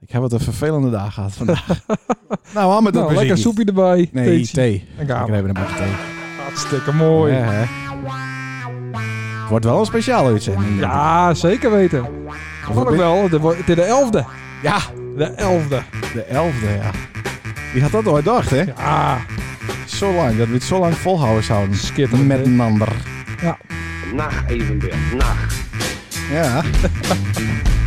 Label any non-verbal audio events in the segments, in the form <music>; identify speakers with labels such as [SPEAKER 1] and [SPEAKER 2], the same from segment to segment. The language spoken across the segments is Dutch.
[SPEAKER 1] Ik heb wat een vervelende dag gehad
[SPEAKER 2] <laughs>
[SPEAKER 1] vandaag. nou, aan met dat
[SPEAKER 2] nou,
[SPEAKER 1] muziekje.
[SPEAKER 2] lekker soepje erbij.
[SPEAKER 1] Nee,
[SPEAKER 2] theetje.
[SPEAKER 1] thee.
[SPEAKER 2] Dan gaan
[SPEAKER 1] Ik
[SPEAKER 2] we.
[SPEAKER 1] heb een bakje thee.
[SPEAKER 2] Hartstikke mooi.
[SPEAKER 1] Ja,
[SPEAKER 2] Ja,
[SPEAKER 1] hè. Het wordt wel een speciale uitzending. denk ik.
[SPEAKER 2] zeker weten. Vond ik wel. De, het is de elfde.
[SPEAKER 1] Ja,
[SPEAKER 2] De elfde.
[SPEAKER 1] de elfde, ja. Wie had dat ooit gedacht, hè?
[SPEAKER 2] Ja,
[SPEAKER 1] Zo lang, dat we het zo lang volhouden zouden.
[SPEAKER 2] Schitterend,
[SPEAKER 1] Met
[SPEAKER 2] hè?
[SPEAKER 1] een ander.
[SPEAKER 3] Nacht evenbeeld, nacht.
[SPEAKER 2] <laughs>
[SPEAKER 1] Ja.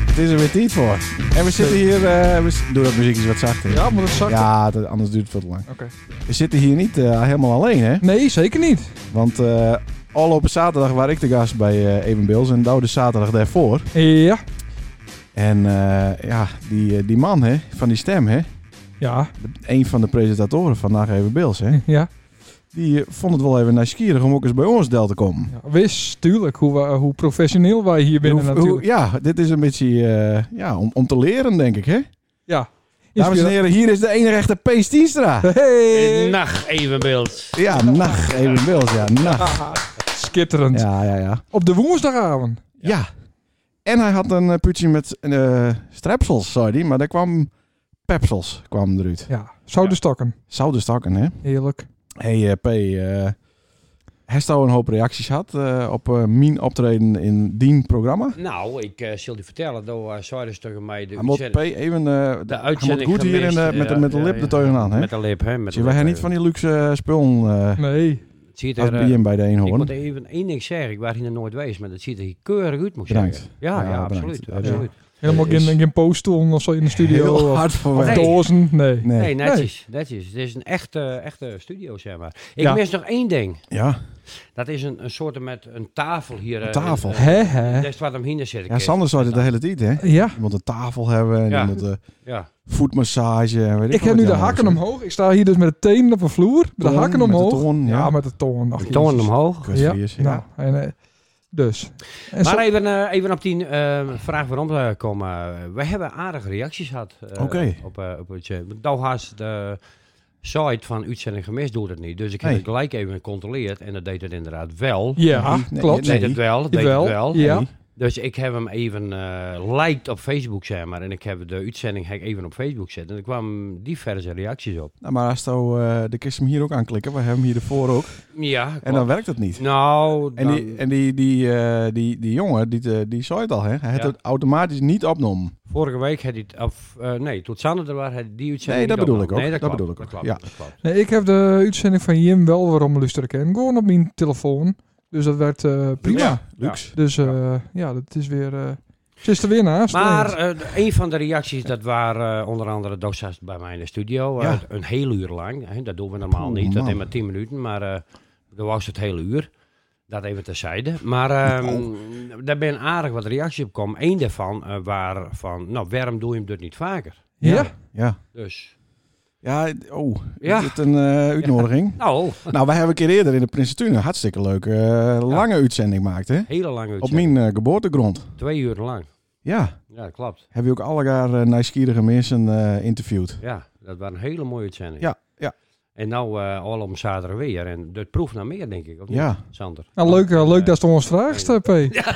[SPEAKER 1] het is er weer tijd voor. En we zitten hier... eh, we z- doe dat muziekje wat zachter.
[SPEAKER 2] ja maar dat zakt.
[SPEAKER 1] Ja, dat- anders duurt het veel te lang.
[SPEAKER 2] Oké.
[SPEAKER 1] We zitten hier niet eh, helemaal alleen, hè?
[SPEAKER 2] Nee, zeker niet.
[SPEAKER 1] Want eh al op een zaterdag waar ik de gast bij eh, Even Bills en Douw de zaterdag daarvoor.
[SPEAKER 2] Ja.
[SPEAKER 1] En eh, ja, die, eh, die man hè, van die stem, hè,
[SPEAKER 2] Ja.
[SPEAKER 1] een van de presentatoren van Nacht Even Bills, hè,
[SPEAKER 2] Ja.
[SPEAKER 1] die eh, vond het wel even nieuwsgierig om ook eens bij ons deel te komen.
[SPEAKER 2] ja. Wist, tuurlijk, hoe, we- hoe professioneel wij hier binnen
[SPEAKER 1] Hoe- hoe-
[SPEAKER 2] natuurlijk.
[SPEAKER 1] ja, dit is een beetje eh, ja, om, om te leren, denk ik. Hè?
[SPEAKER 2] Ja.
[SPEAKER 1] Dames en nou. heren, hier is de enige echte Pees Tienstra.
[SPEAKER 2] Hey.
[SPEAKER 3] Nacht evenbeeld.
[SPEAKER 1] Ja, nacht Even Bills, ja, nacht.
[SPEAKER 2] Schitterend.
[SPEAKER 1] Ja, ja, ja.
[SPEAKER 2] Op de woensdagavond.
[SPEAKER 1] Ja. En hij had een eh, putje met eh strepsels, zei hij. Maar daar kwam pepsels kwam eruit.
[SPEAKER 2] Ja. Zouden stokken.
[SPEAKER 1] Zouden stakken, hè?
[SPEAKER 2] Heerlijk.
[SPEAKER 1] Hey eh, P, eh heeft al een hoop reacties gehad eh, op eh mijn optreden in dien programma.
[SPEAKER 3] Nou, ik eh, zal je vertellen, daar uh, zeiden ze tegen mij de
[SPEAKER 1] Hij moet P
[SPEAKER 3] uitzending-
[SPEAKER 1] even eh,
[SPEAKER 3] de
[SPEAKER 1] hij moet
[SPEAKER 3] uitzending
[SPEAKER 1] goed hier in de,
[SPEAKER 3] gemist,
[SPEAKER 1] met, de,
[SPEAKER 3] ja,
[SPEAKER 1] met de
[SPEAKER 3] ja,
[SPEAKER 1] lip
[SPEAKER 3] ja.
[SPEAKER 1] de tegenaan, hè?
[SPEAKER 3] Met de lip, hè? Met
[SPEAKER 1] Zie, wij hebben niet van die luxe eh, spullen eh
[SPEAKER 2] Nee.
[SPEAKER 3] Het ziet
[SPEAKER 1] als
[SPEAKER 3] er, eh,
[SPEAKER 1] bier bij de
[SPEAKER 3] ik moet
[SPEAKER 1] eenhoorn.
[SPEAKER 3] even één ding zeggen, ik was hier nog nooit geweest, maar het ziet er hier keurig uit, moet ik
[SPEAKER 1] Bedankt.
[SPEAKER 3] zeggen. Ja,
[SPEAKER 1] Ja,
[SPEAKER 3] ja,
[SPEAKER 1] bedankt.
[SPEAKER 3] absoluut.
[SPEAKER 1] Ja,
[SPEAKER 3] absoluut.
[SPEAKER 2] Helemaal
[SPEAKER 1] Is-
[SPEAKER 2] geen, geen poststoel of zo in de studio.
[SPEAKER 1] Heel
[SPEAKER 2] of-
[SPEAKER 1] hard voor
[SPEAKER 2] Of
[SPEAKER 1] mij.
[SPEAKER 3] Nee.
[SPEAKER 2] dozen, nee.
[SPEAKER 1] Nee.
[SPEAKER 3] Nee, netjes, netjes. Het is een echte, echte studio, zeg maar. Ik
[SPEAKER 2] Ja.
[SPEAKER 3] mis nog één ding.
[SPEAKER 1] Ja.
[SPEAKER 3] Dat is een, een soort met een tafel hier. eh,
[SPEAKER 1] tafel?
[SPEAKER 3] in- eh,
[SPEAKER 2] Hè, hè.
[SPEAKER 3] Dat is wat hem hier zit.
[SPEAKER 1] ja, Sander zei dit de hele tijd, hè?
[SPEAKER 2] Ja,
[SPEAKER 1] Je moet een tafel hebben en
[SPEAKER 3] Ja.
[SPEAKER 1] je moet eh,
[SPEAKER 3] Ja.
[SPEAKER 1] voetmassage en weet ik
[SPEAKER 2] ik
[SPEAKER 1] wat
[SPEAKER 2] heb nu de
[SPEAKER 1] allemaal
[SPEAKER 2] hakken
[SPEAKER 1] zo.
[SPEAKER 2] omhoog. Ik sta hier dus met de teen op de vloer. Met de
[SPEAKER 1] Toon,
[SPEAKER 2] hakken
[SPEAKER 1] met de
[SPEAKER 2] omhoog.
[SPEAKER 1] toon, ja.
[SPEAKER 2] ja. met de toon. Ach,
[SPEAKER 3] Toon
[SPEAKER 2] jezus.
[SPEAKER 3] omhoog.
[SPEAKER 1] Kutvries,
[SPEAKER 2] Ja, nou, en, eh, dus. En zo-
[SPEAKER 3] Maar even, eh, even op die eh, vraag waarom we komen. We hebben aardige reacties gehad. eh,
[SPEAKER 1] Oké.
[SPEAKER 3] Op, eh op het chat. Want Nou haast de site van Uitzending Gemist doet het niet. Dus ik heb
[SPEAKER 1] Nee.
[SPEAKER 3] het gelijk even gecontroleerd. En dat deed het inderdaad wel.
[SPEAKER 2] ja,
[SPEAKER 1] Nee,
[SPEAKER 2] klopt.
[SPEAKER 1] nee.
[SPEAKER 3] Deed het wel, deed
[SPEAKER 2] Jawel,
[SPEAKER 3] het wel.
[SPEAKER 2] Ja.
[SPEAKER 1] Nee.
[SPEAKER 3] Dus ik heb hem even eh liked op Facebook, zeg maar. En ik heb de uitzending heb ik even op Facebook gezet. En er kwamen diverse reacties op.
[SPEAKER 1] Nou, maar als je eh de kist hem hier ook aanklikken, we hebben hem hiervoor ook.
[SPEAKER 3] Ja, klopt.
[SPEAKER 1] En
[SPEAKER 2] Oh.
[SPEAKER 1] dan werkt het niet.
[SPEAKER 3] Nou,
[SPEAKER 1] En
[SPEAKER 3] dan-
[SPEAKER 1] die, en die, die, eh, die, die jongen, die, eh, die zei het al, hè? hij had
[SPEAKER 3] Ja.
[SPEAKER 1] het automatisch niet opgenomen.
[SPEAKER 3] vorige week had hij het... Of, eh, nee, tot Sander er was, had hij die
[SPEAKER 1] Nee,
[SPEAKER 3] uitzending
[SPEAKER 1] dat
[SPEAKER 3] niet
[SPEAKER 1] bedoel ik
[SPEAKER 3] opgenomen.
[SPEAKER 1] ook. Dat
[SPEAKER 3] Nee, dat, klopt,
[SPEAKER 1] bedoel ik
[SPEAKER 3] dat
[SPEAKER 1] ook,
[SPEAKER 3] klopt,
[SPEAKER 1] ja.
[SPEAKER 3] dat klopt.
[SPEAKER 2] Nee, ik heb de uitzending van Jim wel waarom luisteren kennen. Gewoon op mijn telefoon. Dus dat werd eh, prima.
[SPEAKER 1] Ja, luxe.
[SPEAKER 2] Dus eh, ja, dat is weer... eh ze is er weer naast.
[SPEAKER 3] Maar
[SPEAKER 2] Lennart.
[SPEAKER 3] eh, de- een van de reacties, dat waren eh, onder andere docent bij mij in de studio. eh,
[SPEAKER 1] Ja.
[SPEAKER 3] een heel uur lang. Hè, dat doen we normaal
[SPEAKER 1] Poeh,
[SPEAKER 3] niet. Dat
[SPEAKER 1] man.
[SPEAKER 3] neemt maar 10 minuten. Maar eh dat was het hele uur. Dat even terzijde. Maar ehm
[SPEAKER 1] Oh.
[SPEAKER 3] daar ben aardig wat reacties op komen. Eén daarvan eh, waren van, nou, waarom doe je hem dit niet vaker?
[SPEAKER 2] ja.
[SPEAKER 1] Ja.
[SPEAKER 3] Dus,
[SPEAKER 1] Ja, oh,
[SPEAKER 3] Ja.
[SPEAKER 1] is het
[SPEAKER 2] <laughs>
[SPEAKER 1] een eh, uitnodiging?
[SPEAKER 3] nou,
[SPEAKER 1] Nou, wij hebben een keer eerder in de Prinsentuin een hartstikke leuke, eh, lange uitzending gemaakt, hè?
[SPEAKER 3] hele lange
[SPEAKER 1] Op
[SPEAKER 3] uitzending.
[SPEAKER 1] mijn eh, geboortegrond.
[SPEAKER 3] Twee uur lang.
[SPEAKER 1] Ja,
[SPEAKER 3] Ja, dat klopt.
[SPEAKER 1] heb je ook allegaar eh nieuwsgierige mensen eh, interviewd.
[SPEAKER 3] Ja, dat was een hele mooie uitzending.
[SPEAKER 1] Ja, ja.
[SPEAKER 3] En nou eh, al om zaterdag weer. En dat proeft naar meer, denk ik. Of niet,
[SPEAKER 1] Ja.
[SPEAKER 3] Sander?
[SPEAKER 2] Nou, leuk, eh, leuk dat ze ons vraagt, eh, P. Ja.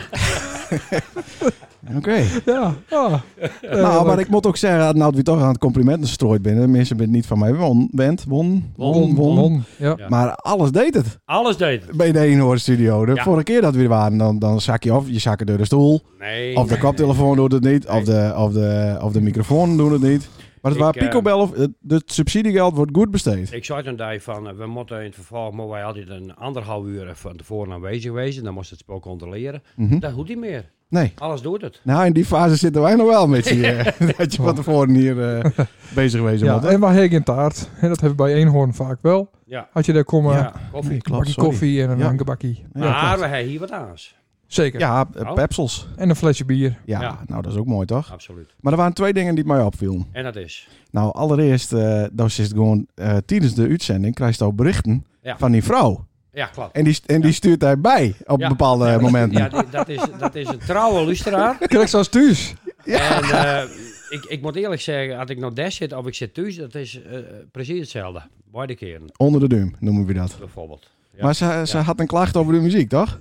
[SPEAKER 1] Oké.
[SPEAKER 2] <laughs> ja. Ah. Eh,
[SPEAKER 1] nou, maar
[SPEAKER 2] leuk.
[SPEAKER 1] ik moet ook zeggen, nou, dat we toch aan het complimenten strooid binnen. Mensen bent niet van mij won, bent, won, won, won.
[SPEAKER 2] Won, Ja.
[SPEAKER 3] Ja.
[SPEAKER 1] Maar alles deed het
[SPEAKER 3] Alles deed het.
[SPEAKER 1] bij de Eenhoorn Studio. De
[SPEAKER 3] Ja.
[SPEAKER 1] vorige keer dat we er waren, dan, dan zak je of je zakken door de stoel.
[SPEAKER 3] Nee.
[SPEAKER 1] Of de koptelefoon doet het niet. Of de, of de, of de microfoon doet het niet. Maar het
[SPEAKER 3] Ik,
[SPEAKER 1] waren
[SPEAKER 3] eh,
[SPEAKER 1] picobel of het, het subsidiegeld wordt goed besteed.
[SPEAKER 3] Ik zei toen die van, eh, we moeten in het vervolg, maar wij altijd een anderhalf uur van tevoren aanwezig wezen. Dan moest het spel controleren.
[SPEAKER 1] Mhm.
[SPEAKER 3] Dat hoeft niet meer.
[SPEAKER 1] Nee.
[SPEAKER 3] Alles doet het.
[SPEAKER 1] Nou, in die fase zitten wij nog wel met
[SPEAKER 3] <laughs>
[SPEAKER 1] je. eh, dat je van tevoren hier eh, bezig wezen
[SPEAKER 2] Ja,
[SPEAKER 1] moet. hè?
[SPEAKER 2] en waar heb je een taart? En dat hebben we bij Eenhoorn vaak wel.
[SPEAKER 3] Ja.
[SPEAKER 2] Had je daar komen
[SPEAKER 3] ja. Koffie.
[SPEAKER 1] Nee,
[SPEAKER 2] een
[SPEAKER 1] klopt,
[SPEAKER 2] bakje
[SPEAKER 1] sorry.
[SPEAKER 2] koffie en een
[SPEAKER 1] Ja.
[SPEAKER 2] hangebakkie.
[SPEAKER 1] Ja,
[SPEAKER 3] maar
[SPEAKER 2] klopt.
[SPEAKER 3] we hebben hier wat aans.
[SPEAKER 2] Zeker.
[SPEAKER 1] Ja, eh,
[SPEAKER 3] Oh.
[SPEAKER 1] pepsels.
[SPEAKER 2] En een flesje
[SPEAKER 1] <laughs>
[SPEAKER 2] bier.
[SPEAKER 1] Ja,
[SPEAKER 3] Ja.
[SPEAKER 1] nou dat is ook mooi toch?
[SPEAKER 3] Absoluut.
[SPEAKER 1] Maar er waren twee dingen die mij opvielen.
[SPEAKER 3] En dat is.
[SPEAKER 1] Nou, allereerst, eh dat is gewoon eh, tijdens de uitzending krijg je al berichten
[SPEAKER 3] Ja.
[SPEAKER 1] van die vrouw.
[SPEAKER 3] Ja, klopt.
[SPEAKER 1] En die, st- en die stuurt hij bij op
[SPEAKER 3] Ja.
[SPEAKER 1] bepaalde
[SPEAKER 3] Ja, dat-
[SPEAKER 1] momenten.
[SPEAKER 3] Ja, die- dat is, dat is een trouwe luisteraar.
[SPEAKER 2] <laughs> Krijg zoals thuis.
[SPEAKER 3] En eh, ik, ik moet eerlijk zeggen, als ik nou des zit of ik zit thuis, dat is eh, precies hetzelfde. Beide keren,
[SPEAKER 1] Onder de duim noemen we dat.
[SPEAKER 3] bijvoorbeeld. Ja.
[SPEAKER 1] Maar ze, ze had een klacht over de muziek, toch?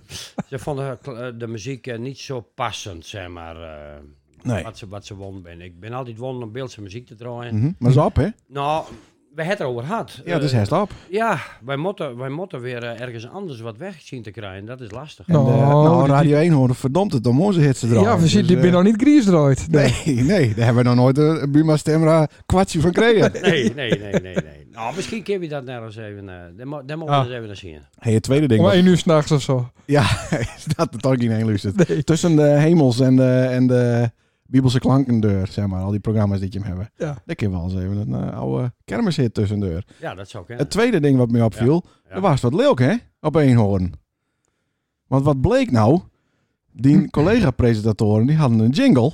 [SPEAKER 3] Ze vonden eh, de muziek eh, niet zo passend, zeg maar. eh,
[SPEAKER 1] Nee.
[SPEAKER 3] wat, ze, wat ze won ben. Ik ben altijd won om beeldse muziek te draaien.
[SPEAKER 1] Mhm. Maar is op, hè?
[SPEAKER 3] Nou, we hebben het erover gehad.
[SPEAKER 1] Ja, dat is
[SPEAKER 3] Eh,
[SPEAKER 1] herst op.
[SPEAKER 3] Ja, wij moeten, wij moeten weer eh, ergens anders wat weg zien te krijgen. Dat is lastig.
[SPEAKER 1] En, eh,
[SPEAKER 2] Nou,
[SPEAKER 1] nou,
[SPEAKER 2] die-
[SPEAKER 1] Radio 1 hoorde verdomd het om onze hits te draaien.
[SPEAKER 2] Ja, we zien,
[SPEAKER 1] Dus,
[SPEAKER 2] die
[SPEAKER 1] eh,
[SPEAKER 2] ben nog niet Gries draait.
[SPEAKER 1] <laughs> Nee, nee, daar hebben we nog nooit een Buma Stemra kwartje van
[SPEAKER 2] <laughs>
[SPEAKER 1] gekregen.
[SPEAKER 3] Nee, nee, nee, nee, nee. <laughs> Nou, misschien kunnen we dat naar eens even. eh daar mo- daar mogen we
[SPEAKER 2] Ah.
[SPEAKER 3] eens even naar zien.
[SPEAKER 1] Hey, het tweede ding.
[SPEAKER 2] Om
[SPEAKER 1] was-
[SPEAKER 2] één uur s'nachts of zo.
[SPEAKER 1] <laughs> dat het ook niet heen luistert.
[SPEAKER 2] Nee.
[SPEAKER 1] Tussen de hemels en de, en de Bibelse klankendeur, zeg maar. Al die programma's die je hem hebben.
[SPEAKER 2] Ja.
[SPEAKER 1] Daar kun je wel eens even een eh, oude kermishit tussendoor.
[SPEAKER 3] Ja, dat zou kunnen.
[SPEAKER 1] Het tweede ding wat mij opviel,
[SPEAKER 3] Ja.
[SPEAKER 1] er was wat leuk, hè? Op eenhoorn. Want wat bleek nou? Die collega-presentatoren die hadden een jingle.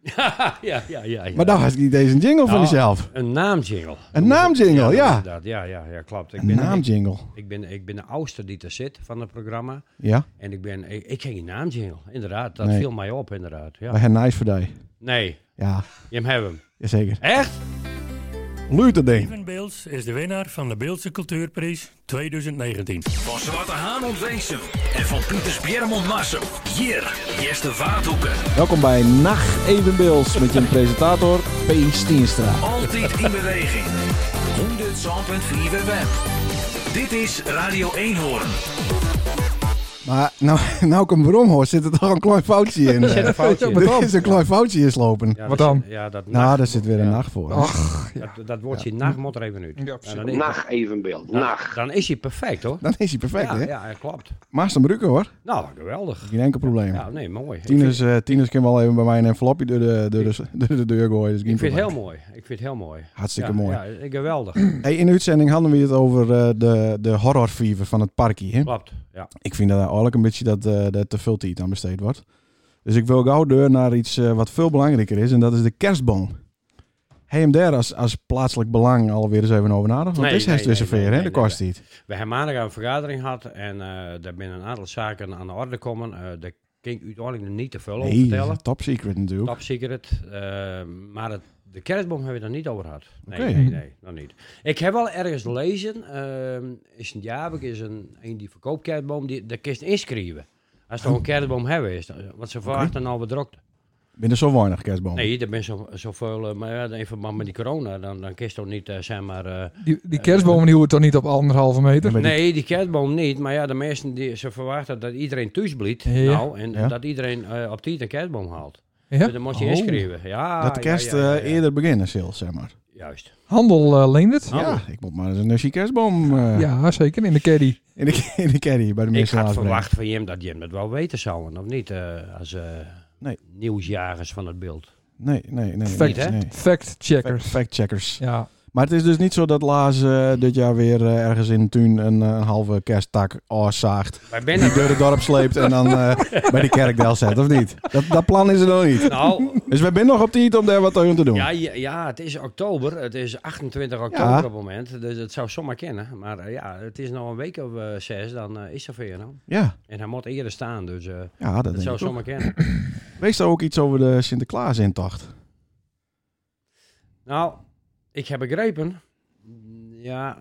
[SPEAKER 3] ja, <laughs> ja, ja, ja.
[SPEAKER 1] Maar daar was niet eens een jingle van
[SPEAKER 3] Nou,
[SPEAKER 1] jezelf.
[SPEAKER 3] Een naamjingle.
[SPEAKER 1] Een naamjingle, ja.
[SPEAKER 3] inderdaad. Ja, ja, ja, klopt. Ik
[SPEAKER 1] Een
[SPEAKER 3] ben,
[SPEAKER 1] naamjingle.
[SPEAKER 3] Ik, ik ben, ik ben de oudste die er zit van het programma.
[SPEAKER 1] Ja,
[SPEAKER 3] En ik ben... Ik, ik ken geen naamjingle. Inderdaad, dat
[SPEAKER 1] Nee.
[SPEAKER 3] viel mij op, inderdaad.
[SPEAKER 1] bij
[SPEAKER 3] Ja.
[SPEAKER 1] Her Nice Verday.
[SPEAKER 3] Nee,
[SPEAKER 1] Ja,
[SPEAKER 3] je hebt hem.
[SPEAKER 1] zeker.
[SPEAKER 3] Echt?
[SPEAKER 1] Luut ding.
[SPEAKER 4] Steven Beels is de winnaar van de Beeldse Cultuurprijs 2019.
[SPEAKER 5] Van Zwarte Haan Ontwezen en van Pieters Bjermond Massum. Hier, Jeste Vaathoeken.
[SPEAKER 1] Welkom bij Nacht Evenbeels met je presentator P. Stienstra.
[SPEAKER 5] Altijd in beweging. 100.4 web. Dit is Radio 1 Hoorn.
[SPEAKER 1] Maar nou, <laughs> nou ik hem erom hoor, zit er toch een klein foutje
[SPEAKER 3] <laughs>
[SPEAKER 1] in. eh.
[SPEAKER 3] Zet een foutje in.
[SPEAKER 2] maar-
[SPEAKER 1] Er is een klein foutje in slopen.
[SPEAKER 3] Ja,
[SPEAKER 2] Wat
[SPEAKER 3] dat-
[SPEAKER 2] dan?
[SPEAKER 3] Ja, dat
[SPEAKER 1] nou,
[SPEAKER 3] nacht-
[SPEAKER 1] daar zit weer een
[SPEAKER 3] ja.
[SPEAKER 1] nacht voor.
[SPEAKER 2] Ach, ja.
[SPEAKER 3] Dat, dat wordt je nachtmot er even uit.
[SPEAKER 2] Ja,
[SPEAKER 3] En
[SPEAKER 2] precies.
[SPEAKER 3] dan is-
[SPEAKER 6] Nacht evenbeeld.
[SPEAKER 3] dan-
[SPEAKER 6] Nacht.
[SPEAKER 3] Dan is hij perfect, hoor.
[SPEAKER 1] <laughs> Dan is hij perfect,
[SPEAKER 3] ja,
[SPEAKER 1] hè?
[SPEAKER 3] ja, klopt.
[SPEAKER 1] Maar ze gebruiken hoor.
[SPEAKER 3] Nou, geweldig.
[SPEAKER 1] Geen enkel probleem.
[SPEAKER 3] Ja, nee, mooi. Ik vind-
[SPEAKER 1] Tieners, eh tieners kunnen wel even bij mij een envelopje door de, door de, <laughs> door de deur gooien. Dus geen
[SPEAKER 3] Ik vind het
[SPEAKER 1] probleem.
[SPEAKER 3] heel mooi. Ik vind het heel mooi.
[SPEAKER 1] Hartstikke
[SPEAKER 3] Ja,
[SPEAKER 1] mooi.
[SPEAKER 3] Ja, geweldig.
[SPEAKER 1] <clears throat> Hey, in de uitzending hadden we het over eh, de, de horrorfever van het parkje. Hè?
[SPEAKER 3] Klopt. Ja.
[SPEAKER 1] Ik vind dat eigenlijk een beetje dat, eh dat te veel tijd aan besteed wordt. Dus ik wil gauw deur naar iets eh, wat veel belangrijker is. En dat is de kerstboom. Hey, hem daar als, als plaatselijk belang alweer eens even over nadenken. Want
[SPEAKER 3] Nee,
[SPEAKER 1] het is
[SPEAKER 3] nee,
[SPEAKER 1] nee, weer
[SPEAKER 3] nee,
[SPEAKER 1] zover,
[SPEAKER 3] nee,
[SPEAKER 1] hè?
[SPEAKER 3] nee,
[SPEAKER 1] De
[SPEAKER 3] nee,
[SPEAKER 1] kost niet.
[SPEAKER 3] We hebben maandag een vergadering gehad en eh, daar binnen een aantal zaken aan de orde komen. Eh daar kan ik uiteindelijk niet te veel over
[SPEAKER 1] Nee, dat is
[SPEAKER 3] vertellen.
[SPEAKER 1] een top secret natuurlijk.
[SPEAKER 3] Top secret. eh, maar het, de kerstboom hebben we het nog niet over gehad. Nee,
[SPEAKER 1] Oké.
[SPEAKER 3] nee, nee, nog niet. Ik heb wel ergens gelezen, ehm is een Jabek is een, een die verkoopt kerstboom, die de kist inschrijven. Als
[SPEAKER 1] Oh.
[SPEAKER 3] ze nog een kerstboom hebben, is dat, want ze verwachten al wat drukte.
[SPEAKER 1] Binnen zo weinig kerstboom.
[SPEAKER 3] Nee, er zijn zo- zoveel, eh, maar ja, in verband met die corona, dan, dan kist toch niet, eh, zeg maar... eh,
[SPEAKER 2] Die, die kerstbomen die hoort dan niet op anderhalve meter.
[SPEAKER 1] Weet
[SPEAKER 3] Nee, die kerstboom niet. Maar ja, de meesten die, ze verwachten dat iedereen thuis blieft.
[SPEAKER 2] Ja.
[SPEAKER 3] Nou, en
[SPEAKER 1] Ja.
[SPEAKER 3] dat iedereen eh, op tijd een kerstboom haalt. Dus
[SPEAKER 2] Ja?
[SPEAKER 3] dan moet je
[SPEAKER 1] Oh.
[SPEAKER 3] inschrijven. Ah, Ja,
[SPEAKER 1] dat de kerst
[SPEAKER 3] ja, ja, ja,
[SPEAKER 1] eh,
[SPEAKER 3] ja.
[SPEAKER 1] eerder beginnen, Sil, zeg maar.
[SPEAKER 3] Juist.
[SPEAKER 2] Handel eh leent het.
[SPEAKER 3] Oh.
[SPEAKER 1] Ja, ik moet maar eens een nusje kerstboom eh,
[SPEAKER 2] Ja, zeker. In de caddy.
[SPEAKER 1] in, de, <laughs> in de caddy bij de
[SPEAKER 3] Ik
[SPEAKER 1] mensen
[SPEAKER 3] had
[SPEAKER 1] laten brengen.
[SPEAKER 3] verwacht van Jim dat Jim dat wel weten zou, of niet? eh, als eh,
[SPEAKER 1] Nee.
[SPEAKER 3] nieuwsjagers van het beeld.
[SPEAKER 1] Nee, nee, nee.
[SPEAKER 2] Fact,
[SPEAKER 1] nee,
[SPEAKER 3] hè?
[SPEAKER 1] nee.
[SPEAKER 2] Fact
[SPEAKER 1] Fact-
[SPEAKER 2] checkers.
[SPEAKER 1] Fact-checkers.
[SPEAKER 2] Ja.
[SPEAKER 1] Maar het is dus niet zo dat Laas eh, dit jaar weer eh, ergens in Tuin een, eh, een halve kersttak afzaagt.
[SPEAKER 3] Wij
[SPEAKER 1] En die
[SPEAKER 3] binnen. <laughs>
[SPEAKER 1] door het dorp sleept en dan eh, bij die kerkdel zet, of niet? Dat, dat plan is er nog niet.
[SPEAKER 3] nou,
[SPEAKER 1] Dus we zijn nog op tijd om daar wat aan te doen.
[SPEAKER 3] ja, ja, ja, het is oktober. Het is 28 oktober
[SPEAKER 1] Ja.
[SPEAKER 3] op het moment. Dus het zou zomaar kennen. Maar eh, ja, het is nog een week of eh, zes, dan eh, is er veel. nou.
[SPEAKER 1] Ja,
[SPEAKER 3] En hij moet eerder staan, dus eh
[SPEAKER 1] ja dat,
[SPEAKER 3] het
[SPEAKER 1] denk
[SPEAKER 3] zou
[SPEAKER 1] ik ook.
[SPEAKER 3] zomaar kennen.
[SPEAKER 1] Wees daar ook iets over de Sinterklaas-intocht?
[SPEAKER 3] Nou, ik heb begrepen. mm, Ja,